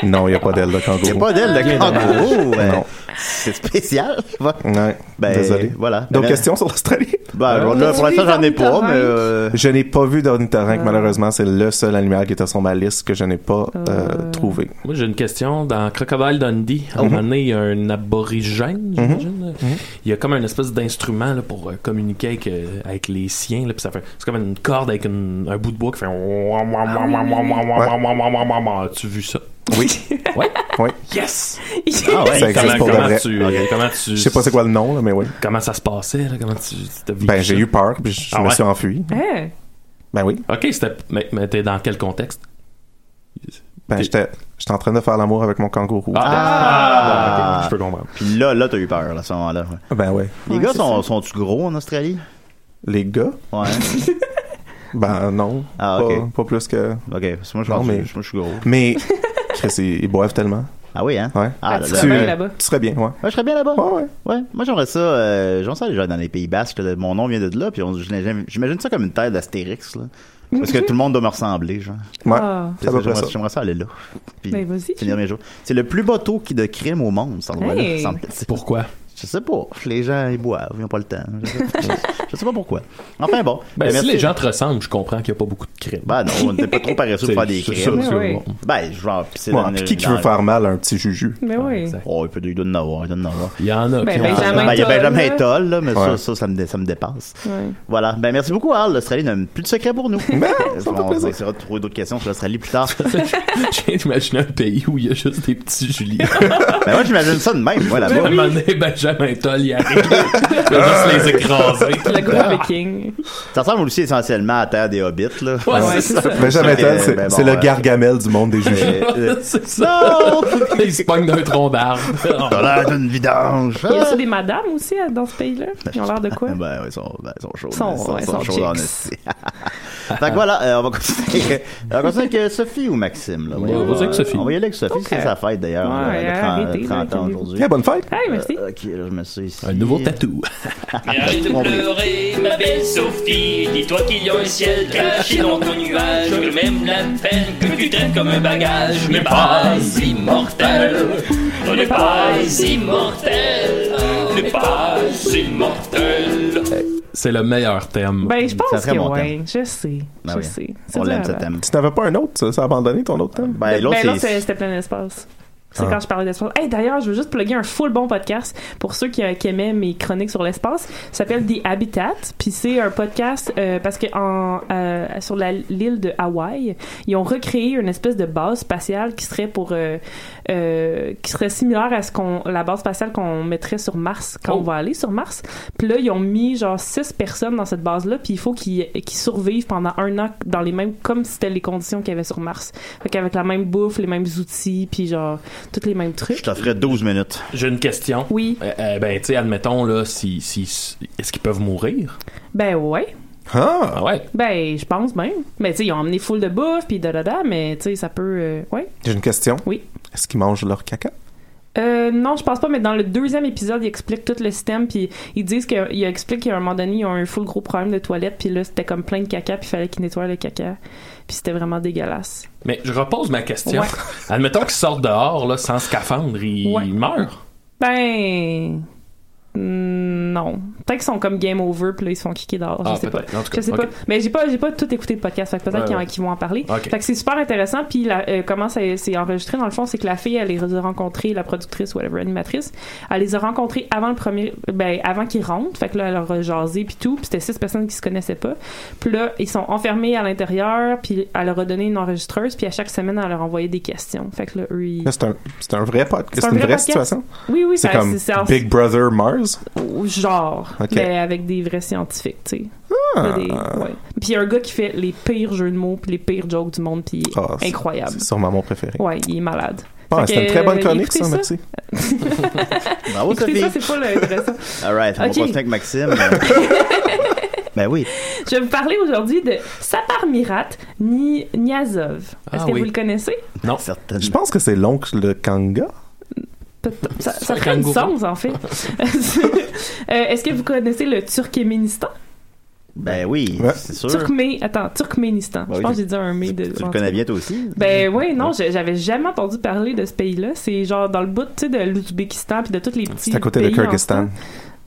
Non, il n'y a pas d'aile de kangourou. Il n'y a pas d'aile de Bien dommage. kangourou, ben, Non. C'est spécial. Va- Ouais. Ben, Désolé. voilà. Donc, Ben, question sur l'Australie. Ben, Ah, bon, là, pour l'instant, j'en ai pas, mais. euh, Je n'ai pas vu Ah. d'ornithorynque, malheureusement. C'est le seul animal qui était sur ma liste que je n'ai pas euh, trouvé. Moi, j'ai une question. Dans Crocodile Dundee, à un Mhm. moment donné, il y a un aborigène, j'imagine. là. Il y a comme un espèce d'instrument là, pour euh, communiquer avec, euh, avec les siens. là, puis ça fait- C'est comme une corde avec une- un bout de bois Ah qui fait. As-tu vu ça? Oui. [laughs] Ouais. Oui. Yes! Ah ouais, ça existe comment, pour de comment vrai. tu, euh, Ok. comment tu- Je sais pas c'est quoi le nom, là, mais oui. Comment ça se passait? là? Comment tu, tu t'as vécu Ben, j'ai ça? eu peur, puis je Ah me ouais? suis enfui. Hein? Ben oui. Ok, c'était. Mais, mais t'es dans quel contexte? Ben, j'étais j'étais en train de faire l'amour avec mon kangourou. Ah! Ah. ok, je peux comprendre. Puis là, là, t'as eu peur, là, à ce moment-là. ouais. Ben oui. Les gars sont, sont-tu gros en Australie? Les gars? [laughs] Ouais. Ben non. Ah, Pas- ok. Pas, plus que. Ok, parce que moi, je Non, pense que mais- je- moi, je suis gros. Mais, je sais, ils boivent tellement. Ah oui, hein? Ouais. Ah, là, tu là. serais bien là-bas. Tu serais bien, ouais. Moi, je serais bien là-bas. Ouais, ouais. Ouais, moi j'aimerais ça. Euh, j'aimerais ça déjà dans les Pays Basques. là. mon nom vient de là, puis on- j'imagine j'imagine ça comme une terre d'Astérix, là. Parce que tout le monde doit me ressembler, genre. Ouais. Ah. C'est à peu près J'aimerais ça. j'aimerais ça aller là. Puis Ben, vas-y. finir mes jours. C'est le plus beau taux qui de crime au monde, ça endroit-là, Hey. semble-t-il. Pourquoi? Je sais pas. Les gens, ils boivent, ils n'ont pas le temps. Je sais, [laughs] je sais pas pourquoi. Enfin bon. Ben, si merci. les gens te ressemblent, je comprends qu'il n'y a pas beaucoup de crimes. Ben non, on n'était pas trop paresseux pour faire des [laughs] C'est crimes. ça, Oui. bon. Ben, genre, pis c'est Ouais, dans- puis qui, qui dans- veut faire mal à un petit juju? Mais Ben oui. Exact. Oh, il peut il doit en avoir, il doit en avoir. Il y en a. Ben, qui ont- Benjamin Ben, il y a Toll, là. Benjamin Toll, là, mais ça, Ouais. ça, ça me, dé- ça me dépasse. Ouais. Voilà. Ben, merci beaucoup, Al. L'Australie n'a plus de secret [laughs] pour nous. Ben, ça me fait on, plaisir. essaiera de trouver d'autres questions sur l'Australie plus tard. [laughs] Je viens d'imaginer un pays où il y a juste des petits Julien. ben, moi, j'imagine ça de même, [laughs] moi, À un là-bas. moment donné, Benjamin Toll, il arrive. Il va juste les écraser. Le gros viking. Ça ressemble aussi essentiellement à la Terre des Hobbits, là. Ouais, Ouais, c'est c'est ça. ça. Benjamin Ok, Toll, c'est ben bon, c'est le euh, gargamel du monde des jugés. Euh, euh, [laughs] C'est ça. non! Il se pogne d'un tronc d'arbre. T'as l'air d'une vidange. Il y a aussi des madames aussi euh, dans ce pays-là. Ils ont l'air de quoi? Ben, ouais, ils sont, ben, ils sont chauds. Ils sont- mais ouais, ils sont chauds en chicks. esti. [laughs] Fait que voilà, euh, on va continuer. on va continuer avec euh, Sophie ou Maxime, là. Ouais, on va dire que Sophie. On va y aller avec Sophie, c'est sa fête d'ailleurs, euh, Ouais, là, le 30 arrêtez, là, 30 ans calmez-vous. aujourd'hui. Yeah, bonne fête! Hey, merci. Euh, ok, là, je me suis ici. Un nouveau tatou. Arrête de pleurer, ma belle Sophie. Dis-toi qu'il y a un ciel caché dans ton nuage. Que même la peine que tu traînes comme un bagage n'est pas immortel. On n'est pas immortel. On n'est pas immortel. C'est le meilleur thème. Ben, je Ça pense serait que mon ouais. Je sais. Ben je oui. sais. C'est On dur l'aime, à ce battre. thème. Tu n'avais pas un autre, ça? Ça a abandonné ton autre thème? Ben, l'autre, Ben là, c'est- c'est- c'était plein d'espace. C'est quand je parlais d'espace. Hey, d'ailleurs, je veux juste plugger un full bon podcast pour ceux qui, euh, qui aimaient mes chroniques sur l'espace. Ça s'appelle The Habitat. Puis c'est un podcast euh, parce que en, euh, sur la- l'île de Hawaï, ils ont recréé une espèce de base spatiale qui serait pour euh, euh, qui serait similaire à ce qu'on la base spatiale qu'on mettrait sur Mars quand Oh. on va aller sur Mars. Puis là, ils ont mis genre six personnes dans cette base-là, puis il faut qu'ils qu'ils survivent pendant un an dans les mêmes, comme si c'était les conditions qu'il y avait sur Mars. Fait qu'avec la même bouffe, les mêmes outils, puis genre, tous les mêmes Je trucs. t'offrais 12 minutes. J'ai une question. Oui, Euh, euh, ben, tu sais, admettons, là, si, si, si- est-ce qu'ils peuvent mourir? ben ouais, Ah! Ah ouais. ben je pense même. Mais tu sais, ils ont emmené full de bouffe, puis da da da, mais tu sais, ça peut, euh, ouais. J'ai une question. Oui. Est-ce qu'ils mangent leur caca? Euh, non, je pense pas, mais dans le deuxième épisode, ils expliquent tout le système, puis ils disent qu'ils expliquent qu'à un moment donné, ils ont un full gros problème de toilette, puis là, c'était comme plein de caca, puis il fallait qu'ils nettoient le caca, puis c'était vraiment dégueulasse. Mais je repose ma question. Ouais. [laughs] Admettons qu'ils sortent dehors, là, sans scaphandre, ils Ouais. meurent. Ben. mm, Non. Peut-être qu'ils sont comme game over, puis là, ils se font kicker dehors. Ah, je sais pas. peut-être. En tout cas, Je sais ok. pas. Mais j'ai pas, j'ai pas tout écouté le podcast, fait que peut-être Ouais, qu'ils en- ouais. qu'ils vont en parler. Ok. Fait que c'est super intéressant. Puis la- euh, comment ça s'est enregistré, dans le fond, c'est que la fille, elle les a rencontrés, la productrice, whatever, animatrice, elle les a rencontrés avant le premier, ben, avant qu'ils rentrent. Fait que là, elle leur a jasé, puis tout. Puis c'était six personnes qui se connaissaient pas. Puis là, ils sont enfermés à l'intérieur, puis elle leur a donné une enregistreuse, puis à chaque semaine, elle leur envoyait des questions. Fait que là, eux, ils... Là, C'est un, c'est un vrai podcast. C'est C'est un une vrai vraie podcast. situation. Oui, oui, C'est ça- comme c'est- c'est en- Big Brother Mars. Ou genre, Ok. Ah. mais avec des vrais scientifiques, tu sais. Pas des- ouais. Puis y a un gars qui fait les pires jeux de mots, puis les pires jokes du monde, puis il est Ah, c'est- incroyable. C'est sûrement mon préféré. Ouais, il est malade. Ah, Fait C'était une que, très bonne euh, chronique, écoutez ça, ça. merci. Bravo, Écoutez Sophie. ça, c'est pas le- intéressant. All right, on Ok. va continuer [laughs] avec Maxime. ben oui. Je vais vous parler aujourd'hui de Saparmirat Ni Niazov. Est-ce Ah que oui. vous le connaissez? Non. Je Certainement. pense que c'est l'oncle de Kanga. Peut-être- Ça, ça un ferait une [laughs] kangourou. sens, en fait. Euh, Est-ce que vous connaissez le Turkménistan? Ben oui, c'est sûr. Turkmé- attends, Turkménistan. Bah je oui, pense que tu- j'ai dit un mais de. Tu en le tout connais cas. bien toi aussi. Ben oui, non, j'ai- j'avais jamais entendu parler de ce pays-là. C'est genre dans le bout, tu sais, de l'Ouzbékistan puis de tous les petits. C'est à côté de pays en Kyrgyzstan.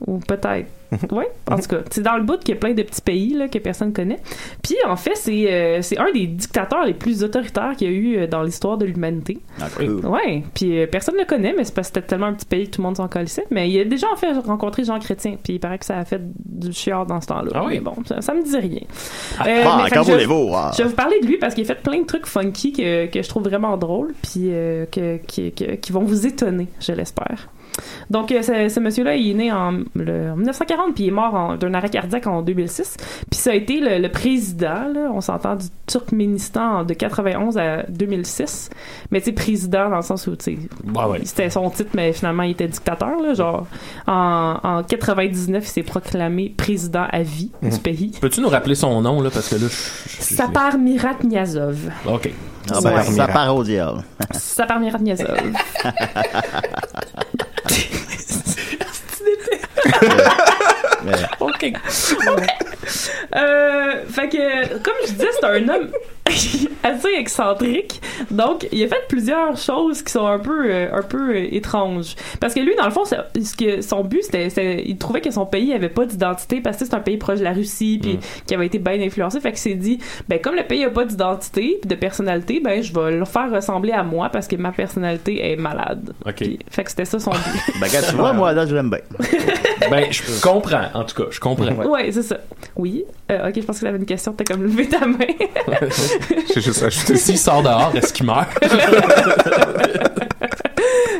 Ou peut-être. oui, en tout cas. C'est dans le bout qu'il y a plein de petits pays là, que personne connaît. Puis en fait, c'est euh, c'est un des dictateurs les plus autoritaires qu'il y a eu euh, dans l'histoire de l'humanité. Ah, Ouais, puis euh, personne ne le connaît, mais c'est parce que c'était tellement un petit pays que tout le monde s'en connaissait. Mais il a déjà en fait rencontré Jean Chrétien, puis il paraît que ça a fait du chiard dans ce temps-là. Ah oui? Mais bon, ça, ça me dit rien. Euh, Ah, mais ah, fait que quand je- voulez-vous, ah. Je vais vous parler de lui parce qu'il a fait plein de trucs funky que, que je trouve vraiment drôles, puis euh, que, qui- que- qui vont vous étonner, je l'espère. Donc, euh, ce, ce monsieur-là, il est né en, le- en 1940, puis il est mort en- d'un arrêt cardiaque en 2006. Puis ça a été le, le président, là, on s'entend, du Turkménistan de 91 à 2006. Mais tu sais, président dans le sens où, tu sais, c'était son titre, mais finalement, il était dictateur. Là, genre, en, en 99, il s'est proclamé président à vie du pays. Peux-tu nous rappeler son nom, là, parce que là, je- je- je- Sapar Mirat Niazov. OK. Ah, ben, Ouais. Ça part au diable. Sapar Mirat Niazov. OK. Euh, fait que, comme je disais, c'est un homme [laughs] assez excentrique. Donc, il a fait plusieurs choses qui sont un peu, euh, un peu euh, étranges. Parce que lui, dans le fond, ça- ce que son but, c'était, c'était- il trouvait que son pays avait pas d'identité parce que c'est un pays proche de la Russie, puis qui avait été bien influencé. Fait que s'est dit, ben comme le pays a pas d'identité, puis de personnalité, ben je vais le faire ressembler à moi parce que ma personnalité est malade. OK. Fait que c'était ça son but. Ben, regarde, tu vois, moi, là, je l'aime bien. Ben, je comprends, en tout cas, je comprends. Ouais, c'est ça. Oui. Euh, ok, je pense que t'avais une question, t'as comme levé ta main. [laughs] J'ai euh, juste ajouté. [laughs] S'il sort dehors, est-ce qu'il meurt?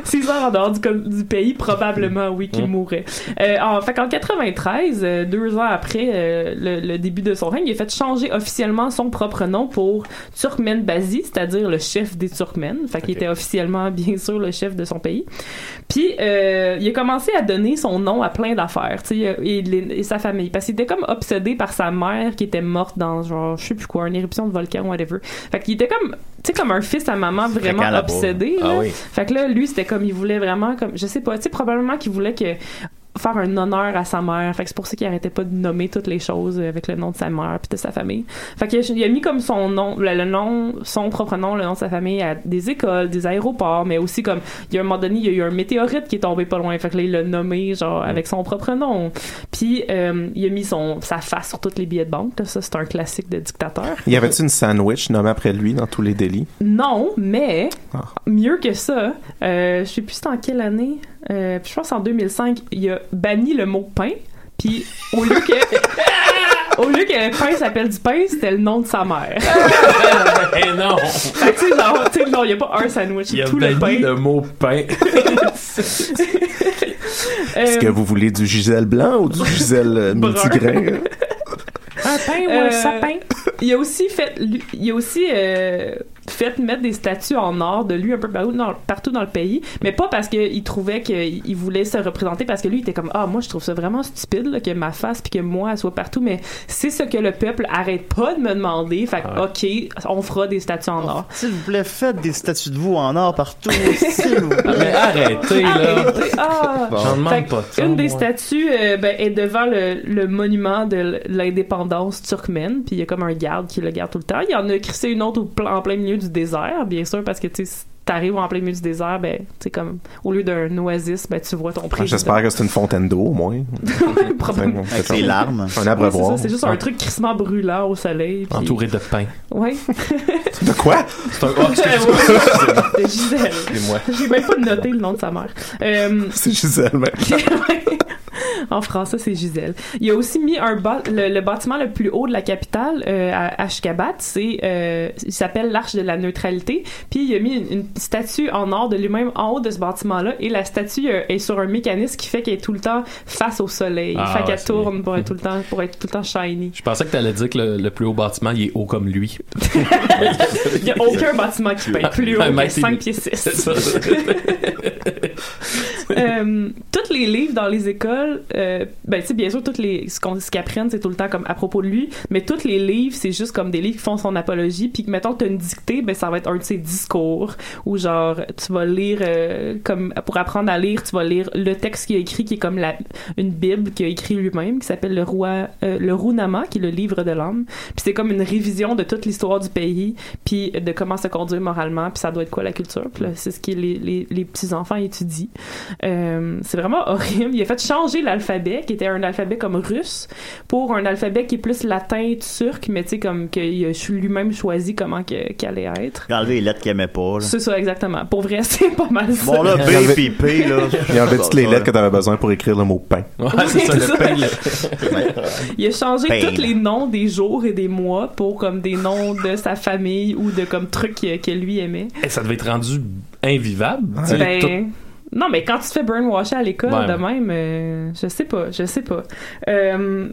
S'ils heures en dehors du, com- du pays, probablement, oui, qu'il mourrait. Euh, en, fait qu'en 93, euh, deux ans après euh, le, le début de son règne, il a fait changer officiellement son propre nom pour Turkmen Bazi, c'est-à-dire le chef des Turkmènes. Fait qu'il était officiellement, bien sûr, le chef de son pays. Puis, euh, il a commencé à donner son nom à plein d'affaires, tu sais, euh, et, les- et sa famille. Parce qu'il était comme obsédé par sa mère qui était morte dans, genre, je sais plus quoi, une éruption de volcan, whatever. Fait qu'il était comme, tu sais, comme un fils à maman vraiment fréquent, là-bas. obsédé. Ah là. oui. Fait que là, lui, c'était comme il voulait vraiment, comme je sais pas, tu sais, probablement qu'il voulait que faire un honneur à sa mère. Fait que c'est pour ça qu'il arrêtait pas de nommer toutes les choses avec le nom de sa mère puis de sa famille. Fait que il a mis comme son nom, le, le nom, son propre nom, le nom de sa famille à des écoles, des aéroports, mais aussi comme il y a un moment donné, il y a eu un météorite qui est tombé pas loin. Fait que là, il l'a nommé genre avec son propre nom. Puis euh, il a mis son sa face sur tous les billets de banque. là. Ça, c'est un classique de dictateur. Y avait-tu une sandwich nommée après lui dans tous les délits? Non, mais Ah. mieux que ça, euh, je sais plus c'était en quelle année, euh, puis je pense en 2005, il a banni le mot pain, puis au lieu que [laughs] au lieu que pain s'appelle du pain, c'était le nom de sa mère. [laughs] Eh non! fait que tu sais, genre, tu sais, non, il n'y a pas un sandwich, Il a tout le pain. banni le mot pain. Euh, Est-ce que vous voulez du giselle blanc ou du giselle euh, Brun. multigrain? Un pain ou un sapin? Il a aussi fait, lui- il a aussi euh, fait mettre des statues en or de lui un peu partout dans, partout dans le pays, mais pas parce qu'il trouvait qu'il voulait se représenter, parce que lui il était comme ah moi je trouve ça vraiment stupide là, que ma face puis que moi elle soit partout, mais c'est ce que le peuple arrête pas de me demander. Fait que, ok, on fera des statues en or. S'il vous plaît, faites des statues de vous en or partout, [laughs] s'il vous plaît. Mais arrêtez, Oh, là! Arrêtez, ah! Bon. J'en demande Fait que pas tant, Une des moi. statues euh, ben, est devant le, le monument de l'indépendance turkmène, puis il y a comme un garde qui le garde tout le temps. Il y en a crissé une autre au pla- en plein milieu du désert, bien sûr, parce que tu sais, si t'arrives en plein milieu du désert, ben, tu sais, comme, au lieu d'un oasis, ben, tu vois ton Ah, prix. J'espère que c'est une fontaine d'eau, au moins. [laughs] Probablement. Avec des larmes. Un abreuvoir. C'est juste un truc crissement brûlant au soleil. puis- Entouré de pain. [laughs] Ouais. De quoi? [laughs] C'est un... Oh, excuse-moi. De Gisèle. [laughs] Excusez-moi. [laughs] J'ai même pas noté le nom de sa mère. Euh, C'est Gisèle, mais... [laughs] En français, c'est Gisèle. Il a aussi mis un ba- le, le bâtiment le plus haut de la capitale, euh, à Ashgabat. C'est, euh, il s'appelle l'Arche de la Neutralité. Puis il a mis une, une statue en or de lui-même en haut de ce bâtiment-là. Et la statue euh, est sur un mécanisme qui fait qu'elle est tout le temps face au soleil. Ah, fait ouais, qu'elle c'est tourne pour être, tout le temps, pour être tout le [laughs] temps shiny. Je pensais que t'allais dire que le, le plus haut bâtiment, il est haut comme lui. Il n'y a aucun bâtiment qui peut être plus haut Ah, Un que mètre et [laughs] 5 demi. pieds 6. C'est ça. euh, tous les livres dans les écoles, euh, ben, tu sais, bien sûr, toutes les, ce qu'on- ce qu'ils apprennent, c'est tout le temps comme à propos de lui, mais tous les livres, c'est juste comme des livres qui font son apologie, puis que, mettons, tu as une dictée, ben, ça va être un de ses discours, ou genre, tu vas lire, euh, comme, pour apprendre à lire, tu vas lire le texte qu'il a écrit, qui est comme la, une Bible qu'il a écrit lui-même, qui s'appelle le roi, euh, le Runama, qui est le livre de l'homme, puis c'est comme une révision de toute l'histoire du pays, puis de comment se conduire moralement, puis ça doit être quoi la culture, puis là, c'est ce que les, les, les petits-enfants étudient. Euh, c'est vraiment horrible. Il a fait changer l'alphabet, qui était un alphabet comme russe, pour un alphabet qui est plus latin, turc, mais tu sais, comme qu'il a cho- lui-même choisi comment que- qu'il allait être. Il a enlevé les lettres qu'il aimait pas. là. C'est ça, exactement. Pour vrai, [laughs] c'est pas mal ça. Bon, là, Il B enlevait- puis P, là. Il enlevait toutes les lettres que t'avais besoin pour écrire le mot pain. Ouais, c'est ça, Oui, le c'est pain, le- Il a changé Pain. tous les noms des jours et des mois pour comme des noms de sa famille ou de comme trucs que, que lui aimait. Eh, ça devait être rendu invivable. tu sais, [laughs] Ben, tout- Ben, Non, mais quand tu te fais burnwasher à l'école, Ouais, de mais- même, euh, je sais pas, je sais pas. Euh,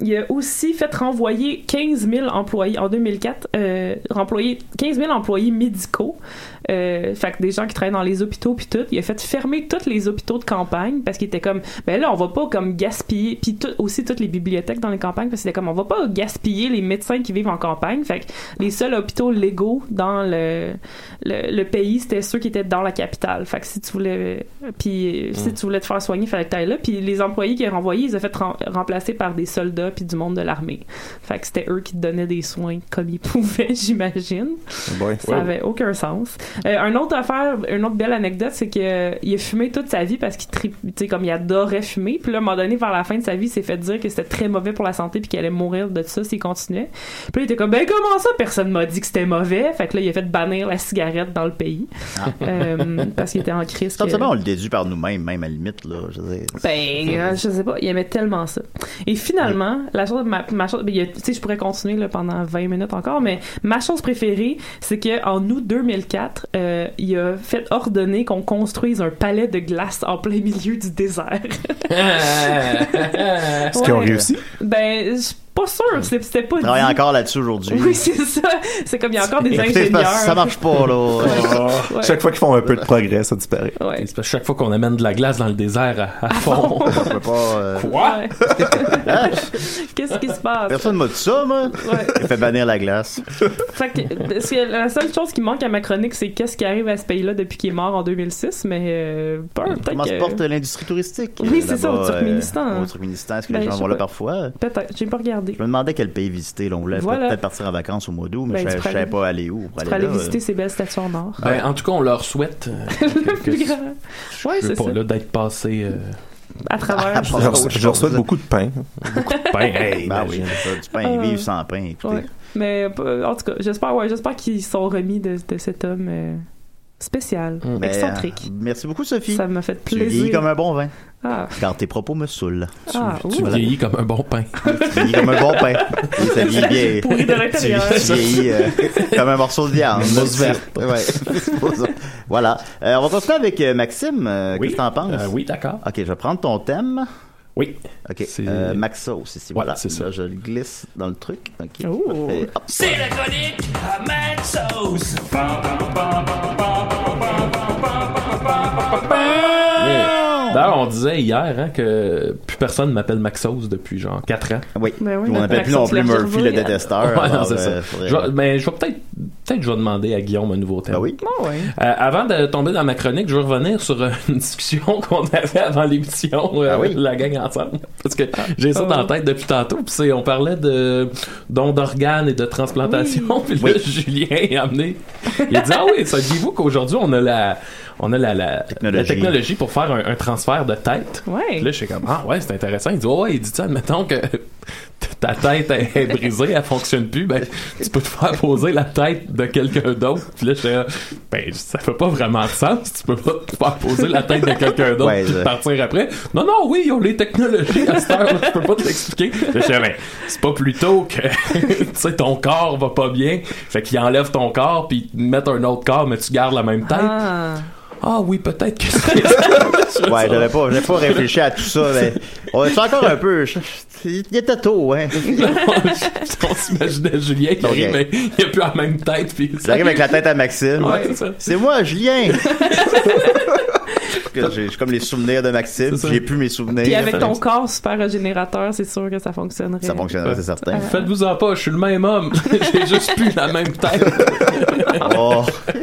il a aussi fait renvoyer 15 000 employés en 2004, euh, renvoyer 15 000 employés médicaux, euh, fait que des gens qui travaillent dans les hôpitaux puis tout. Il a fait fermer tous les hôpitaux de campagne parce qu'il était comme, ben là on va pas comme gaspiller, puis tout- aussi toutes les bibliothèques dans les campagnes parce que c'était comme on va pas gaspiller les médecins qui vivent en campagne. Fait que les seuls hôpitaux légaux dans le le, le pays, c'était ceux qui étaient dans la capitale. Fait que si tu voulais, puis euh, si tu voulais te faire soigner, fallait que t'ailles là. Puis les employés qui ont renvoyés, ils ont fait rem- remplacer par des soldats puis du monde de l'armée. Fait que c'était eux qui te donnaient des soins comme ils [laughs] pouvaient, j'imagine. Boy. Ça avait aucun sens. Euh, un autre affaire, une autre belle anecdote, c'est que euh, il a fumé toute sa vie parce qu'il tri- tu sais comme il adorait fumer. Puis là, à un moment donné, vers la fin de sa vie, il s'est fait dire que c'était très mauvais pour la santé puis qu'il allait mourir de ça s'il continuait. Puis là, il était comme ben comment ça, personne m'a dit que c'était mauvais. Fait que là, il a fait bannir la cigarette dans le pays Ah. Euh, parce qu'il était en crise. Comme que- ça, ben, on le déduit par nous-mêmes, même à la limite, là. Je veux dire. ben, euh, je sais pas, il aimait tellement ça. Et finalement, la chose, ma, ma chose, ben, il y a- tu sais, je pourrais continuer là, pendant 20 minutes encore, mais ma chose préférée, c'est que en août 2004, euh, il a fait ordonner qu'on construise un palais de glace en plein milieu du désert. Est-ce qu'ils ont réussi? Ben, je suis pas Hmm. sûre, c'est- c'était pas On travaille dit. encore là-dessus aujourd'hui. Oui, c'est ça. C'est comme il y a encore des Écoutez, c'est ingénieurs. parce que ça marche pas, là. Ouais. Ouais. [laughs] Chaque fois qu'ils font un peu de progrès, ça disparaît. Ouais. C'est parce que chaque fois qu'on amène de la glace dans le désert à, à fond. On peut pas. euh, hein? Ouais. Qu'est-ce qui se passe? Personne m'a dit ça, moi. Ouais. Il fait bannir la glace. Fait que, parce que la seule chose qui manque à ma chronique, c'est qu'est-ce qui arrive à ce pays-là depuis qu'il est mort en 2006, mais euh, peu, Comment peut-être se que- porte l'industrie touristique? Oui, euh, c'est ça, au là-bas, euh, Turkménistan. Au Turkménistan, est-ce que Ben, les je gens sais vont là pas. parfois? Peut-être, j'ai pas regardé. Je me demandais quel pays visiter. Là. On voulait Voilà. peut-être partir en vacances au mois d'août, mais Ben, je tu ne savais pourrais pas aller où. Pour Tu aller peux aller là, visiter euh. ces belles statues en [laughs] or. [laughs] Ben, en tout cas, on leur souhaite [laughs] euh, Le que- plus grand. Ouais, je veux c'est ça. pas là d'être passé euh, À [laughs] travers. Ah, Je leur, je leur souhaite beaucoup de pain. pain. Hey, Ben oui, imagine. c'est ça, du pain, Euh, vivre sans pain, écoutez. Ouais. Mais euh, en tout cas, j'espère ouais, j'espère qu'ils sont remis de, de cet homme euh, spécial, Ben, excentrique. euh, merci beaucoup, Sophie. Ça m'a fait Tu vieillis plaisir. comme un bon vin. Ah, Quand tes propos me saoulent. ah, Tu ouh. vieillis comme un bon pain. Tu vieillis comme un bon pain. Et [laughs] ça vieillit bien. Pourri de l'intérieur. [laughs] Tu- tu vieillis euh, comme un morceau de viande. Une mousse verte. Ouais. [laughs] voilà. Euh, on va continuer avec euh, Maxime. Euh, Qu'est-ce que t'en penses? Euh, oui, d'accord. Ok, je vais prendre ton thème. Oui. OK. C'est- Euh, Maxos, ici. Ouais, voilà. c'est ça. Là, je le glisse dans le truc. OK. Oh. Et hop. C'est la chronique à Maxos. Yeah. Ah! D'ailleurs, on disait hier hein, que plus personne ne m'appelle Maxos depuis genre 4 ans. Oui. Ben oui, on n'appelle plus non Maxos plus Lergervais. Murphy le détesteur. Ouais, non, alors, c'est euh, ça. faudrait- Je vais- ben, je vais peut-être peut-être je vais demander à Guillaume un nouveau thème. Ben oui. Ah ouais. Euh, avant de tomber dans ma chronique, je veux revenir sur euh, une discussion [laughs] qu'on avait avant l'émission, euh, Ah oui? la gang ensemble, parce que j'ai ça Ah. dans la tête depuis tantôt. Puis c'est- on parlait de dons d'organes et de transplantation. [laughs] Puis là, Julien a amené. Il a dit ah oui, saviez-vous qu'aujourd'hui on a la on a la, la- la technologie pour faire un, un transfert de tête. Ouais. Puis là, je suis comme ah ouais, c'est intéressant. Il dit ouais, ouais, il dit ça, admettons que [laughs] ta tête est- est brisée, elle fonctionne plus, ben tu peux te faire poser la tête de quelqu'un d'autre. Puis là, je fais, ben ça fait pas vraiment de sens. Tu peux pas te faire poser la tête de quelqu'un d'autre Ouais, puis je- partir après. Non, non, oui, ils ont les technologies à cette heure, je peux pas te l'expliquer. Là, Je fais, ben c'est pas plus tôt que [laughs] tu sais ton corps va pas bien, fait qu'ils enlèvent ton corps puis ils te mettent un autre corps, mais tu gardes la même tête. Ah, Ah. oui, peut-être que c'est Ouais, j'avais pas, j'avais pas réfléchi à tout ça, mais on est encore un peu. je- je- Il était tôt, hein. [laughs] on s'imaginait Julien qui Ok. rit, mais il a plus la même tête puis J'arrive avec la tête à Maxime. [laughs] Ouais, c'est ça. C'est moi, Julien. que j'ai j'ai comme les souvenirs de Maxime, ça. j'ai plus mes souvenirs. Puis avec ton corps super régénérateur, c'est sûr que ça fonctionnerait. Ça fonctionnerait, c'est Ah, certain. Faites-vous en pas, je suis le même homme. [laughs] J'ai juste plus la même tête. Oh. [laughs]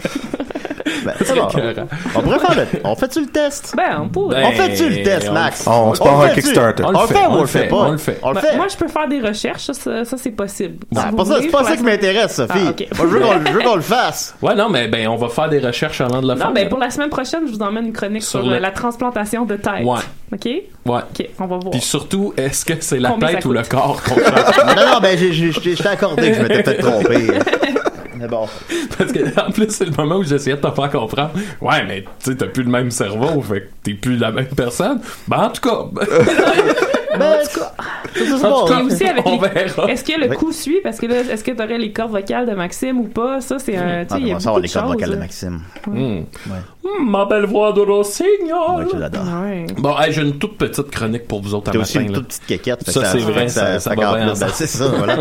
Ben, [laughs] c'est bon. écœurant. On pourrait faire le... On fait-tu le test? Ben, on pourrait. on fait-tu le test, on Max? le fait. On se part un le fait-tu? Kickstarter. On le fait ou on le fait pas? on le fait. On le Ben, fait? Moi, je peux faire des recherches, ça, ça, ça, c'est possible. Ah, Si vous pour ça, voulez, c'est pas ça pour qui la- m'intéresse, Sophie. Ah, ok. Moi, je veux qu'on je veux qu'on [laughs] le fasse. Ouais, non, mais ben, on va faire des recherches avant de le faire. Non, ben pour la semaine prochaine, je vous emmène une chronique sur, Sur le- euh, la transplantation de tête. Ouais. OK? Ouais. OK, on va voir. Puis surtout, est-ce que c'est la Combien ça tête ou le coûte? corps qu'on [laughs] change? Non, non, ben, j'ai- j'ai- j'ai- je t'ai accordé que je m'étais peut-être trompé. Mais bon. Parce que, en plus, c'est le moment où j'essayais de te faire comprendre. Ouais, mais tu sais, t'as plus le même cerveau, fait que t'es plus la même personne. Ben, en tout cas, [laughs] [laughs] Ben, c'est ça, c'est En bon. tout cas, Et aussi avec on les- verra. Est-ce que le Oui. coup suit? Parce que là, est-ce que t'aurais les cordes vocales de Maxime ou pas? Ça, c'est un. Tu Ah, sais, il y on a va savoir beaucoup de les cordes choses, vocales de là. Maxime. Hmm. Hmm, ma belle voix de Ouais, je rossignol. l'adore. Ouais. Bon, hey, j'ai une toute petite chronique pour vous autres à T'as aussi matin. Ah, une là. toute petite quéquette. fait Ça, que c'est vrai, fait que ça- ça va garde bien plus. Ben, ensemble. [laughs] c'est ça, [laughs] voilà.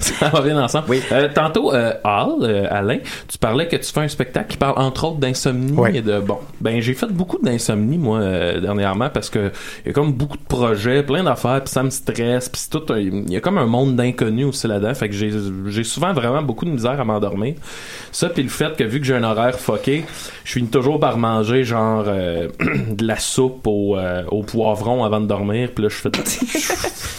Ça va bien ensemble. Oui. Euh, tantôt, euh, Al, euh, Alain, tu parlais que tu fais un spectacle qui parle entre autres d'insomnie Oui. et de bon. Ben j'ai fait beaucoup d'insomnie moi euh, dernièrement parce que il y a comme beaucoup de projets, plein d'affaires, puis ça me stresse, puis c'est tout. un- Il y a comme un monde d'inconnus aussi là-dedans, fait que j'ai j'ai souvent vraiment beaucoup de misère à m'endormir. Ça puis le fait que vu que j'ai un horaire fucké, je finis toujours par manger genre euh, [clears throat] de la soupe au, euh, au poivron avant de dormir, puis là je fais [laughs] je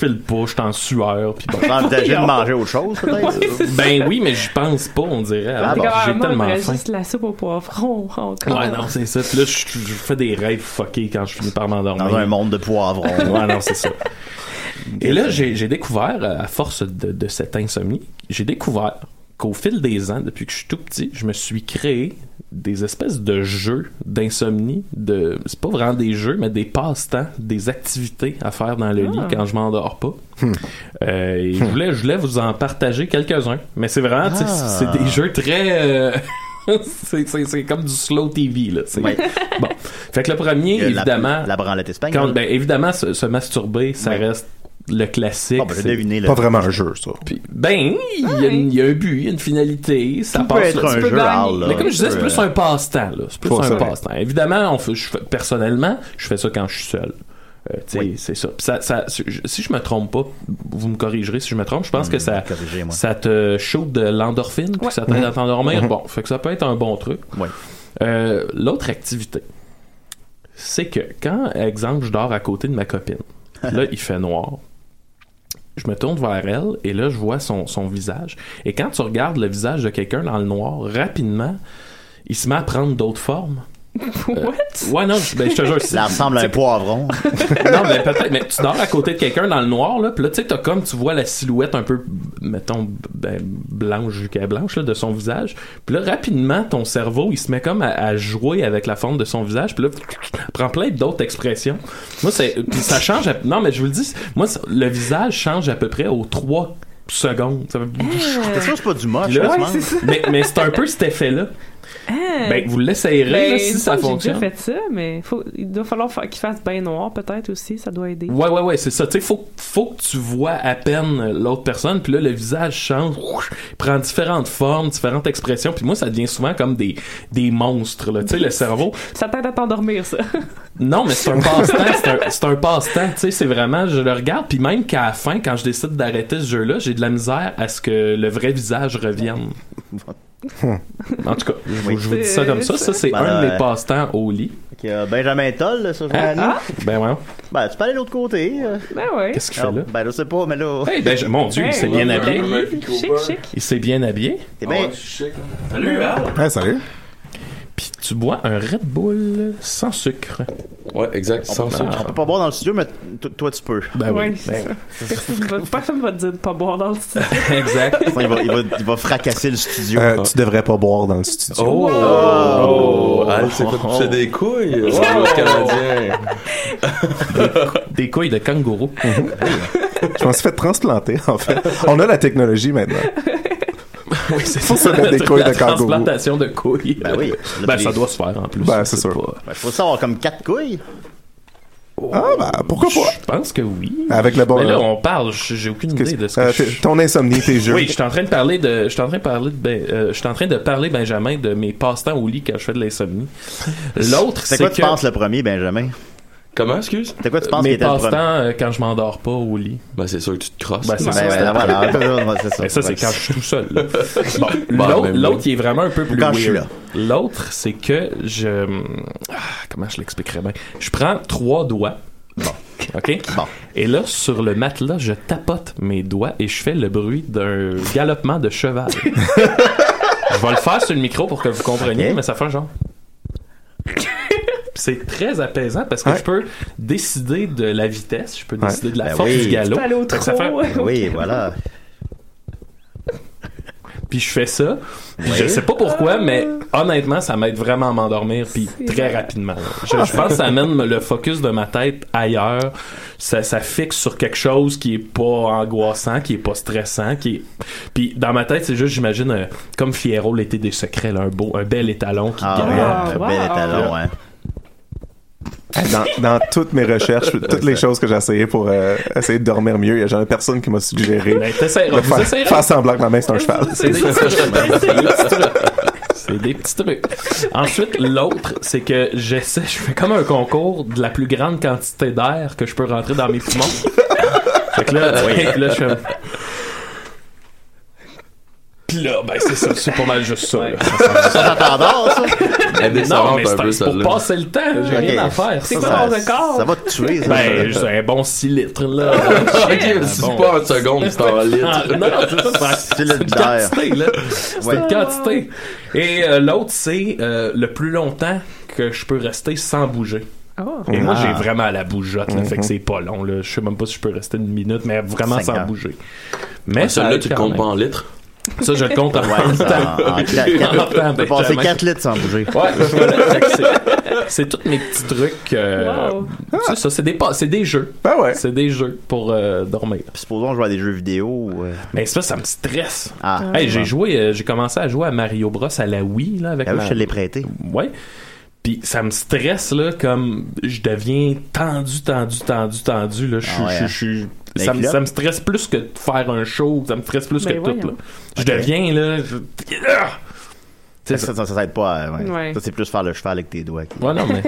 file pas, je suis en sueur, puis bon. T'as envie de manger autre chose, peut-être? Ben oui, mais j'y pense pas, on dirait. Ah bon. Comme, ah, J'ai moi, tellement j'aimerais faim. juste la soupe au poivron encore. Ouais, non, c'est ça. Puis là, je, je fais des rêves fuckés quand je finis par m'endormir. Dans un monde de poivrons. [laughs] Ouais, non, c'est ça. Et là, j'ai j'ai découvert, euh, à force de, de cette insomnie, j'ai découvert qu'au fil des ans, depuis que je suis tout petit, je me suis créé des espèces de jeux d'insomnie, de c'est pas vraiment des jeux, mais des passe-temps, des activités à faire dans le lit quand je m'endors pas. Hmm. Euh, et je voulais, je voulais vous en partager quelques-uns, mais c'est vraiment, tu sais, Ah. c'est des jeux très, euh, [laughs] c'est- c'est c'est comme du slow TV là. c'est- Ouais. Bon, fait que le premier, Euh, la- évidemment, La branlette espagnole. quand, ben, évidemment, se, se masturber, ça Ouais. reste le classique. Bon, ben, j'ai c'est- deviné, là. Pas vraiment un jeu, ça. Puis- ben, il y, a une- il y a un but, il y a une finalité, ça Ça peut passe être là- un tu peux jeu, gagner. Al, là. euh, Mais comme je disais, c'est Tu peux, plus un passe-temps, là. C'est plus Faut un ça. passe-temps. Évidemment, on fait- je fais- personnellement, je fais ça quand je suis seul. Euh, tu sais, Oui. c'est ça. Puis ça, ça- si je- si je me trompe pas, vous me corrigerez si je me trompe, je pense que ça, corrigez-moi. ça te shoot de l'endorphine, puis Ouais. ça t'aide à t'endormir. Bon, fait que ça peut être un bon truc. Ouais. Euh, L'autre activité, c'est que quand, exemple, je dors à côté de ma copine, [laughs] là, il fait noir. Je me tourne vers elle et là, je vois son, son visage. Et quand tu regardes le visage de quelqu'un dans le noir, rapidement, il se met à prendre d'autres formes. What? Ouais, non, je, ben, je te jure. c'est- Ça ressemble à [laughs] un poivron. non, mais peut-être, mais tu dors à côté de quelqu'un dans le noir, là, pis là, tu sais, t'as comme, tu vois la silhouette un peu, mettons, ben, blanche jusqu'à blanche, là, de son visage. Puis là, rapidement, ton cerveau, il se met comme à, à jouer avec la forme de son visage, puis là, prend plein d'autres expressions. Moi, c'est, puis ça change, à- non, mais je vous le dis, c'est- moi, ça- le visage change à peu près aux 3 secondes. Ça fait- C'est sûr, c'est pas du moche, Là, je Eh, Ouais, pense. c'est ça. Eh. mais, mais c'est un peu cet effet-là. Ben, vous l'essayerez, Ben, là, il me si ça semble que J'ai fonctionne. déjà fait ça, mais faut, il doit falloir fa- qu'il fasse bien noir peut-être aussi, ça doit aider. Ouais, ouais, ouais, c'est ça. Tu sais, faut, faut que tu vois à peine l'autre personne, puis là, le visage change, ouf, prend différentes formes, différentes expressions, puis moi, ça devient souvent comme des, des monstres, là. Tu sais, le cerveau. Ça t'aide à t'endormir, ça. [laughs] Non, mais c'est un passe-temps, c'est un- c'est un, passe-temps, tu sais, c'est vraiment, je le regarde, puis même qu'à la fin, quand je décide d'arrêter ce jeu-là, j'ai de la misère à ce que le vrai visage revienne. Hmm. En tout cas, je, vous- je vous dis ça comme ça. Ça, c'est Ben, un de mes ouais. passe-temps au lit. Fait que, euh, Benjamin Toll, là, ça, je Hein? à Ah. nous. Ben, ouais. Ben, tu peux aller de l'autre côté. euh. Ben ouais. Qu'est-ce qu'il Ah, fait là? ben, je sais pas, mais là. Ah, Hey, Oh. ben, je- mon Dieu, il Hey, s'est bien ouais, habillé. ouais, ouais. Chic, chic. Il s'est bien habillé. Eh ben, Salut, Al! Ouais, salut. Puis tu bois un Red Bull sans sucre. Ouais, exact. on, peut, on peut pas boire dans le studio, mais t- toi, tu peux. Ben Ouais, [laughs] c'est ça. Personne va- Personne va te dire de pas boire dans le style. exact. Sinon, il, va, il va- il va fracasser le studio. Euh, tu devrais pas boire dans le studio. Oh! Oh! Ah, il s'est fait pousser des couilles! Wow, le Canadien! [laughs] Des couilles de kangourou. Je m'en suis fait transplanter, en fait. On a la technologie maintenant. oui, [laughs] c'est Faut se mettre des couilles de La kangourou. transplantation de couilles. [laughs] Ben oui. Ben, ça doit se faire en plus. Ben, c'est sûr. Ben, faut savoir comme quatre couilles. Ah, bah, pourquoi pas? Je pense que oui. Avec le bon- Mais là, on parle, je- j'ai aucune idée de ce que Euh, je- t'es- ton insomnie, tes jeux. Oui, je suis en train de parler de, je suis en train de parler de, ben- euh, je suis en train de parler Benjamin de mes passe-temps au lit quand je fais de l'insomnie. L'autre, C'est c'est quoi tu que- penses le premier, Benjamin? Comment, excuse? C'est quoi tu penses qui mes était le premier? passe-temps euh, quand je m'endors pas au lit. Ben, c'est sûr que tu te crosses. Ben, c'est Ben, ça. ben, c'est- voilà, ouais, c'est ça. ben, Ben, ça, c'est Ouais. quand je suis tout seul. [laughs] là. Bon, Bah, l'autre- même moi. L'autre, il est vraiment un peu plus Quand weird. je suis là. L'autre, c'est que je. ah, comment je l'expliquerais bien Je prends trois doigts. Bon. OK? Et là, sur le matelas, je tapote mes doigts et je fais le bruit d'un galopement de [laughs] cheval. je vais le faire sur le micro pour que vous compreniez, mais ça fait un [laughs] genre. Puis C'est très apaisant parce que je peux décider de la vitesse, je peux Ouais. décider de la Ben force oui. du galop. Tu peux aller au Fait que ça trot, fait- ouais. Oui, voilà. puis je fais ça. Puis Je sais pas pourquoi, mais honnêtement, ça m'aide vraiment à m'endormir, puis très rapidement. Je, je pense que ça amène le focus de ma tête ailleurs. Ça, ça fixe sur quelque chose qui est pas angoissant, qui est pas stressant, qui est... Puis dans ma tête, c'est juste, j'imagine, euh, comme Fierro, l'été des secrets, là, un beau, un bel étalon qui Ah, galope. ouais, un bel wow. étalon, hein. dans, dans toutes [laughs] mes recherches, toutes les choses que j'ai essayées pour euh, essayer de dormir mieux, il y a jamais personne qui m'a suggéré Ben, t'essaieras, de vous faire, essayerez. faire semblant que ma main c'est un cheval. C'est des petits trucs. C'est des petits trucs. Ensuite, l'autre, c'est que j'essaie, je fais comme un concours de la plus grande quantité d'air que je peux rentrer dans mes poumons. Fait que là, fait que là, je fais... Puis là, ben c'est ça, c'est pas mal juste ça. là. Ça t'endors, ça? Elle Non, descend mais un peu, c'est c'est pour celle-là. passer le temps, j'ai Ok. rien à faire. C'est ça. quoi ton record? Ça va te tuer, ça. Ben, c'est un bon 6 litres, là. Euh, Ah, Ok, si bon. tu pas une seconde, c'est en Ah, litre. non, non, c'est ça, c'est- C'est c'est le une d'air. quantité, là. C'est Ouais. une quantité. Et euh, l'autre, c'est euh, le plus longtemps que je peux rester sans bouger. Et moi, Ah. j'ai vraiment la bougeotte, là, fait que c'est pas long. Là. Je sais même pas si je peux rester une minute, mais vraiment Mm-hmm. Cinq sans heures. bouger. Mais ça Celle-là, aide tu te quand comptes même. pas en litres. Ça, je le compte en [laughs] Ouais, même ça, en- en- en- temps. quatre- En Tu peux temps, passer ben, 4 litres sans bouger. Ouais, voilà. Fait que c'est- C'est tous mes petits trucs. euh, Wow. C'est ça, c'est des, pas- c'est des jeux. Ah Ben ouais. C'est des jeux pour euh, dormir. Puis supposons jouer à des jeux vidéo. ou, euh, Mais ça, ça me stresse. Ah, Hey, j'ai joué, euh, j'ai commencé à jouer à Mario Bros à la Wii là avec Ah oui, ma- je te l'ai prêté. Ouais. Puis ça me stresse là comme je deviens tendu tendu tendu tendu là, je suis Ah ouais, je suis- je suis- Les ça, me- culottes. ça me stresse plus que de faire un show, ça me stresse plus Ben que voyons. tout là. Je deviens là [laughs] je- Ah! Ça, ça, ça, ça aide pas. à- ouais. Ouais. Ça, c'est plus faire le cheval avec tes doigts. Ouais non mais [laughs]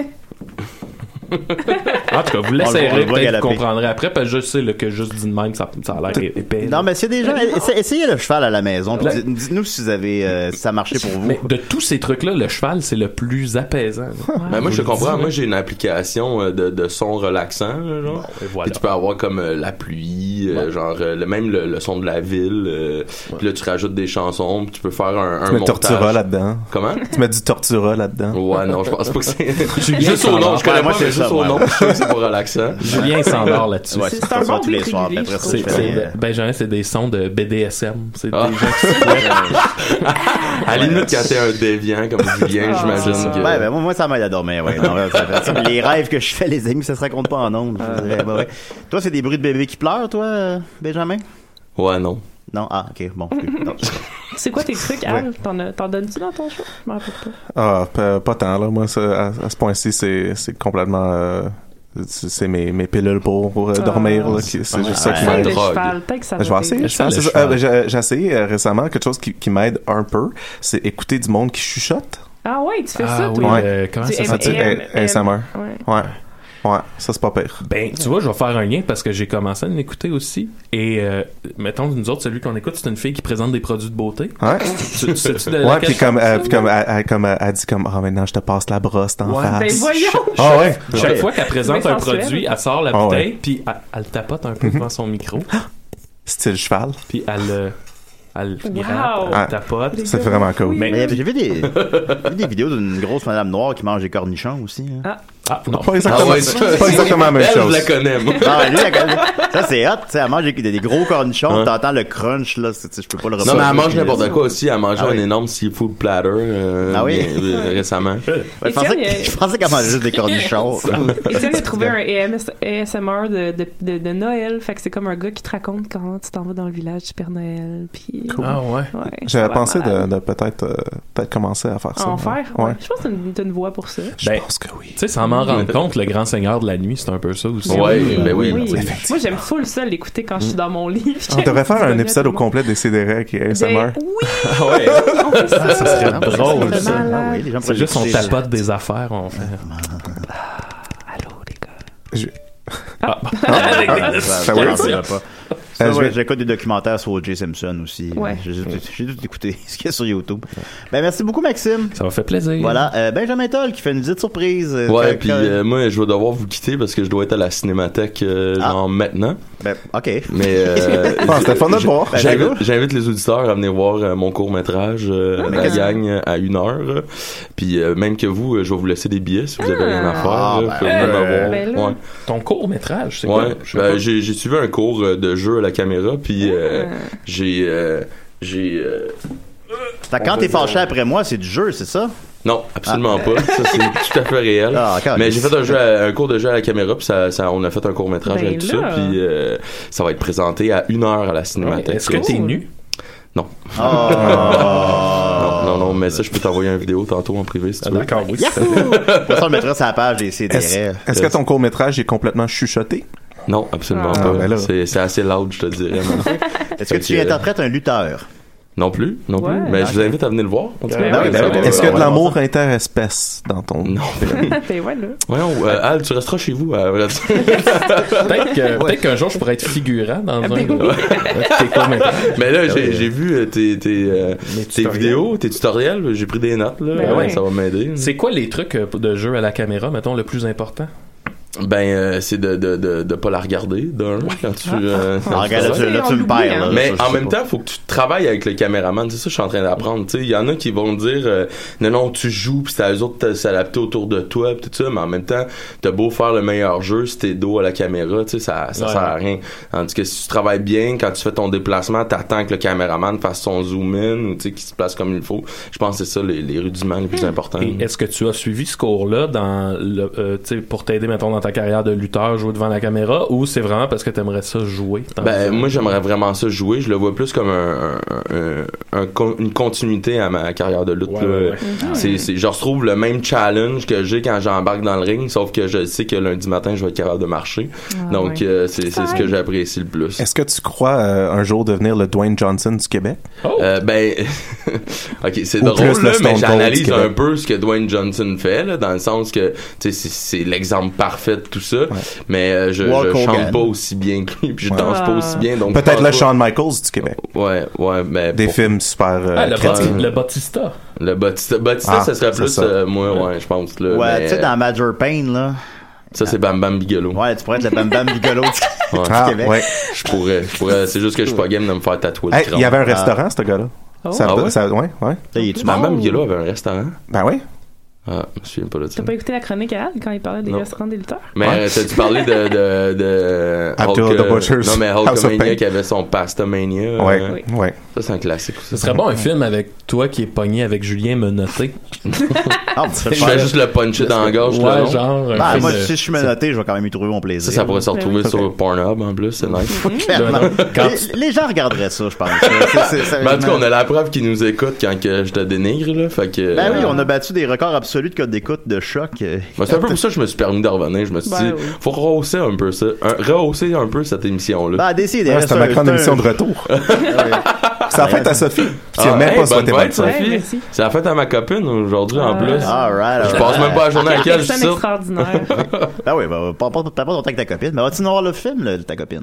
En tout cas, vous On le- on le l'essayerez, voit peut-être galoper. vous comprendrez après, parce que je sais là, que juste dit de même, ça, ça a l'air é- épais. là. Non, mais s'il y a des gens, essa- essayez le cheval à la maison. puis Ouais. dites- Dites-nous si vous avez, euh, si ça a marché pour vous. Mais de tous ces trucs-là, le cheval, c'est le plus apaisant. [laughs] Ben, moi, Vous je le comprends. dites, Moi, j'ai une application euh, de, de son relaxant, là, genre. et voilà. Puis tu peux avoir comme euh, la pluie, euh, genre euh, le même le, le son de la ville. euh, Puis là, tu rajoutes des chansons, puis tu peux faire un, un Tu mets montage. Tortura là-dedans. Comment? Tu mets Ben, du Tortura là-dedans. Ouais, non, je pense pas que [laughs] c'est. bien juste au nom, s'endort. je connais Ouais, moi, pas, mais c'est juste ça, au ouais. nom, je sais que c'est pas relaxant. Julien s'endort [laughs] là-dessus. Ouais, C'est- ça, c'est un ça, bon tous les prix soirs. de puis vie, après ça, je tu C'est- fais euh, c'est- rien. Benjamin, c'est des sons de BDSM. C'est Ah. des gens qui [laughs] se fouettent. À la limite, quand t'es un déviant comme Julien, j'imagine que. Ouais, ben, moi, moi, ça m'aide à dormir, ouais. Non, ouais, ça fait ça. les rêves que je fais, les amis, ça se raconte pas en ondes. je vous dirais. bah Ouais, ouais. Toi, c'est des bruits de bébé qui pleure, toi, euh, Benjamin? Ouais, non. Non? Ah, ok, bon. Non, c'est pas- C'est quoi tes trucs, Al? T'en as- T'en donnes-tu dans ton show? Je m'en rappelle pas. Ah, pas, pas tant, là. Moi, ça, à, à ce point-ci, c'est c'est complètement. euh, c'est c'est mes, mes pilules pour, pour, euh, dormir, Ah, là. qui- C'est juste ça qui Ouais. Fais m'aide. le drogue. cheval, peut-être que ça Ben, Je vais va essayer. t'aider. je pense, le c'est ça. cheval. Ah, ben, j'ai j'ai essayé euh, récemment quelque chose qui, qui m'aide un peu, c'est écouter du monde qui chuchote. Ah ouais, tu fais ça, Ah oui, toi? euh, comment Tu ça aimes- Ça, tu sais, s'appelle? M, un- un M. SMR. Ouais. Ouais. Ouais, ça c'est pas pire. Ben, tu vois, je vais faire un lien parce que j'ai commencé à l'écouter aussi. Et euh, mettons, nous autres, celui qu'on écoute, c'est une fille qui présente des produits de beauté. Ouais. Tu, tu sais-tu de Ouais, laquelle puis je comme, parle, euh, ça, puis là? comme, elle, elle- comme, elle- elle dit comme, ah, maintenant je te passe la brosse d'en Ouais. Ben face. voyons! [laughs] Ah ouais. Chaque Ouais. fois qu'elle présente Mais un sensuel. produit, elle sort la Ah ouais. Mhm. bouteille, puis elle, elle tapote un peu devant son micro, Style cheval. puis elle, euh, elle, Wow. gratte, elle Ah. tapote. C'est vraiment cool. Mais euh, j'ai vu des, j'ai vu des vidéos d'une grosse madame noire qui mange des cornichons aussi. hein. Ah, non. Pas exactement, c'est pas exactement la même Elle, je chose. la connais, moi. Ah, lui, la- ça c'est hot, tu sais, elle mange des, des gros cornichons, t'entends le crunch là, c'est- tu sais, je peux pas le Non, reproduire. mais elle mange n'importe quoi aussi. Elle mangeait Ah oui. un énorme seafood platter euh, Ah oui? bien- euh, [laughs] récemment. Ouais, je, pensais, Étienne, que- euh, je pensais qu'elle mangeait juste [laughs] des cornichons. Étienne a trouvé un AMS ASMR de, de, de, de Noël, fait que c'est comme un gars qui te raconte quand tu t'en vas dans le village du Père Noël, puis... Ah ouais. Ouais, J'avais ça va pensé de, malade. de peut-être euh, peut-être commencer à faire ça. En faire? Ouais. Je pense que t'as une, t'as une voix pour ça. Je Ben, pense que oui. Tu sais, sans m'en rendre compte, le grand seigneur de la nuit, c'est un peu ça aussi. Ouais, ben oui. Moi, j'aime full ça l'écouter quand je suis dans mon lit. On devrait faire un épisode au complet des CDR qui est Des- ASMR. Oui! Ah ouais. On fait ça. ça serait Ah, drôle, c'est ça. malade. Ah oui, les gens C'est pourraient juste on l'écouter. tapote des affaires, on fait. Je- Ah. Ah, Ah. ça, Ça ça, weird, ça, ça. ça. Euh, Ça, je ouais, vais- J'écoute des documentaires sur O.J. Simpson aussi. Ouais. J'ai j'ai- j'ai tout écouté [laughs] ce qu'il y a sur YouTube. Ben, merci beaucoup, Maxime. Ça m'a fait plaisir. Voilà, euh, Benjamin Toll qui fait une visite surprise. Euh, Ouais, fait- puis euh, moi, je vais devoir vous quitter parce que je dois être à la cinémathèque euh, Ah. genre maintenant. Ben, OK. Mais euh, [laughs] Ah, c'était fun de te j- voir. J'invite, Ben, j'invite les auditeurs à venir voir euh, mon court métrage Ah, mais La qu'est-ce que- Gang euh, à une heure. euh, Puis euh, même que vous, euh, je vais vous laisser des billets si vous avez rien à faire. Ah, là, ben, faut venir euh, m'avoir. ben là. Ouais. Ton court-métrage, c'est Ouais, quoi? Je sais ben, pas. j'ai j'ai suivi un cours euh, de jeu à la caméra, puis euh, Ah. j'ai euh, j'ai euh, Fait que quand t'es fâché après moi, c'est du jeu, c'est ça? non, absolument pas. Ça [laughs] c'est tout à fait réel. Ah, quand Mais même. j'ai fait un, jeu à- Euh, un cours de jeu à la caméra, puis ça, ça- on a fait un court métrage Ben avec tout là. ça, puis euh, ça va être présenté à une heure à la cinémathèque. Est-ce que t'es nu? Non. Oh. Ah. [laughs] Non, non, non, mais ça, je peux t'envoyer une vidéo tantôt en privé si tu veux. D'accord, oui. Yahoo! De toute façon, on le mettra sur la page des CDR. Est-ce que ton court-métrage est complètement chuchoté? Non, absolument Ah. pas. Ah, ben là. c'est, c'est assez loud, je te dirais. mais- Est-ce que Fait tu que- interprètes un lutteur? Non plus, non plus. Ouais. mais je vous invite à venir le voir. en tout cas. Ben oui, Ça ben oui, va- ben Est-ce ça que va de être- l'amour interespèce dans ton... Non. [laughs] Ben voilà. Voyons, euh, Al, tu resteras chez vous. euh, à vrai [laughs] dire. Peut-être que- peut-être qu'un jour, je pourrais être figurant [laughs] dans un ben de tes courts-métrages. Mais là, oui. j'ai, j'ai vu euh, tes, tes, euh, Mes tes tutoriels. vidéos, tes tutoriels. J'ai pris des notes. Là. Ben Ouais, oui. Ça va m'aider. C'est quoi les trucs euh, de jeu à la caméra, mettons, le plus important? Ben, euh, c'est de, de, de, de pas la regarder, d'un, quand tu... euh, quand Ah, tu regarde, là, travailles. tu, là, on tu me l'oublie, perds. hein. là. Mais Ça, je en sais même pas. temps, faut que tu travailles avec le caméraman. C'est ça que je suis en train d'apprendre. Tu sais, il y en a qui vont dire euh, non, non, tu joues, puis c'est à eux autres de s'adapter autour de toi, puis tout ça. Mais en même temps, t'as beau faire le meilleur jeu, si t'es dos à la caméra, tu sais, ça, ça Ouais. sert à rien. Tandis que si tu travailles bien, quand tu fais ton déplacement, t'attends que le caméraman fasse son zoom in ou tu sais qu'il se place comme il faut. Je pense que c'est ça les, les rudiments les plus importants. Et est-ce que tu as suivi ce cours-là dans le, euh, tu sais, pour t'aider, mettons, dans ta carrière de lutteur, jouer devant la caméra, ou c'est vraiment parce que t'aimerais ça jouer? dans Ben, le- moi, j'aimerais vraiment ça jouer. Je le vois plus comme un, un- un- un con- une continuité à ma carrière de lutte. Ouais, là. ouais, Ah, ouais. C'est, c'est, je retrouve le même challenge que j'ai quand j'embarque dans le ring, sauf que je sais que lundi matin, je vais être capable de marcher. Ah, Donc, euh, c'est, c'est ce que j'apprécie le plus. Est-ce que tu crois euh, un jour devenir le Dwayne Johnson du Québec? Euh, Oh! ben, [laughs] ok, c'est Ou drôle, plus là, le mais Stone Cold j'analyse du un Québec. peu ce que Dwayne Johnson fait, là, dans le sens que, tu sais, c'est, c'est l'exemple parfait de tout ça, mais euh, je, Hulk je Hogan. chante pas aussi bien que lui, puis je danse pas aussi bien, donc... je Peut-être pense le pas- Shawn Michaels du Québec. Ouais, ouais, mais... Des pour- films super euh, Ah, le, critiques. Bati- le Batista. Le Batista, Batista Ah, ça serait c'est plus ça. euh, moi, ouais, je pense. Là, Ouais, mais, Oh. tu sais, dans Major Pain, là. Ça, c'est Bam Bam Bigelow. Ouais, tu pourrais être le Bam Bam [laughs] Bigolo du, Ouais. du Ah, Québec. ouais. Je pourrais, je pourrais. C'est juste que je suis pas game de me faire tatouer le Hey, crâne. il y avait un restaurant, ce gars-là. Ça, Ah ouais? ça- ouais, ouais. T'sais, il est- tu Bam m'en- Bam Bigelow avait un restaurant. Ben oui. Ah, je me souviens pas de ça. Oh, T'as pas écouté la chronique à Al quand il parlait des Non. restaurants des lutteurs? Mais Ouais. euh, t'as-tu parlé de. de, [laughs] de Abdul Hulk, euh, the Butcher's Non, mais House of Pain. Hulkamania qui avait son Pastamania. euh, Ouais, ouais. Ça, c'est un classique Ce aussi. serait bon un film avec toi qui est pogné avec Julien Menotté. Ah, tu fais Je vais juste le puncher dans la gorge. tout le Ouais, long. genre. un Bah, film moi, de- si je suis menotté, je vais quand même y trouver mon plaisir. Ça, ça pourrait se Ben retrouver Ouais. sur Pornhub en plus, c'est nice. [laughs] Clairement. Non, non. Quand les, tu- les gens regarderaient ça, je pense. [laughs] C'est- c'est- c'est- Mais Ben, en tout cas, on a la preuve qu'ils nous écoutent quand que je te dénigre, là. Fait que. Ben oui, euh, on a battu des records absolus de code d'écoute de choc. euh, Ben, c'est un peu pour ça que je me suis permis de revenir. Je me suis Ben dit, oui. faut rehausser un peu ça, un- rehausser un peu cette émission-là. Bah, décidé. Ah, C'était ma grande émission de retour. Ah C'est la fête à Sophie. Tu as Ah, même hey, pas bonne souhaité bonne fête, fête. Ouais, Sophie. merci. Ah. C'est la fête à ma copine aujourd'hui, en plus. Alright, Je passe même pas la journée à laquelle je Personne suis sûr. [laughs] extraordinaire. Ben oui, ben, pas, pas, pas, pas ton temps avec ta copine. Mais vas-tu nous voir le film, là, de ta copine?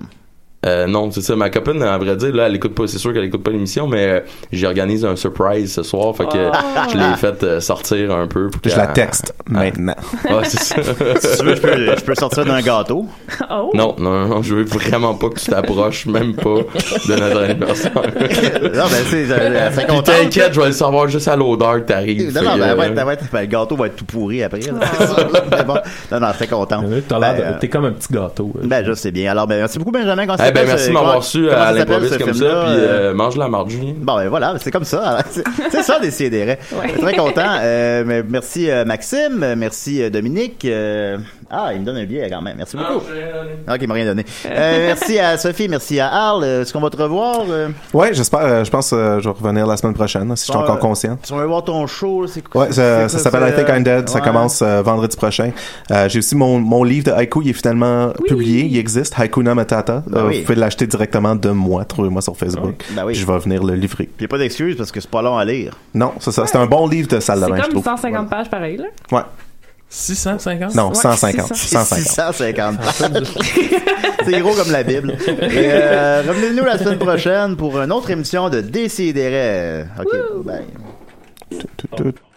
Euh, non, c'est ça. Ma copine, à vrai dire, là, elle écoute pas, c'est sûr qu'elle écoute pas l'émission, mais euh, j'ai organisé un surprise ce soir. Fait que Oh. je l'ai faite euh, sortir un peu. pour Je la qu'elle- texte maintenant. Ah, c'est [laughs] ça. Si tu veux, je peux, je peux sortir d'un gâteau. Oh! Non, non, non, je veux vraiment pas que tu t'approches, même pas, de notre [laughs] anniversaire. non, ben, c'est, ça serait Puis contente. hein. t'inquiète, je vais le savoir juste à l'odeur que t'arrives. Non, Fait non, que, ben, ouais, euh, ben, ouais, ben, le gâteau va être tout pourri après. là. [laughs] Mais bon, non, non, très content. T'as l'air de- Ben, euh, T'es comme un petit gâteau. euh. Ben, je sais bien. Alors, ben, merci beaucoup, Benjamin. Comment ça Eh ben, s'appelle, merci ce- de m'avoir comment- su comment à ça s'appelle, l'improviste ce comme ça, puis film-là, euh, euh, mange la marde, Julien. Bon, ben voilà, c'est comme ça. [laughs] C'est- C'est ça, hein. des CDR. Très content. Euh, mais merci, euh, Maxime. Euh, Merci, euh, Dominique. Euh, Ah, il me donne un billet quand même. Merci beaucoup. Ah, ok, il m'a rien donné. Euh, merci à Sophie, merci à Arl. Euh, Est-ce qu'on va te revoir? euh? [laughs] Ouais, j'espère. euh, je pense euh, je vais revenir la semaine prochaine, si je suis Ah, encore euh, conscient. Tu vas voir ton show, là, c'est quoi? Ouais, ça, ça c'est- s'appelle I Think I'm Dead. Ça ouais. commence euh, vendredi prochain. Euh, J'ai aussi mon, mon livre de haïku. Il est finalement publié. Il existe. Haikuna Matata. Ben Euh, oui. Vous pouvez l'acheter directement de moi. Trouvez-moi sur Facebook. Ben oui. Je vais venir le livrer. Il n'y a pas d'excuse parce que c'est pas long à lire. Non, c'est ça. C'est un bon livre de salle de C'est bain, je comme trouve. 150 pages pareil, là. Ouais. 650? Non, 150. 150. [laughs] C'est gros comme la Bible. Et, euh, revenez-nous la semaine prochaine pour une autre émission de Décideret. OK. Bye. Tout-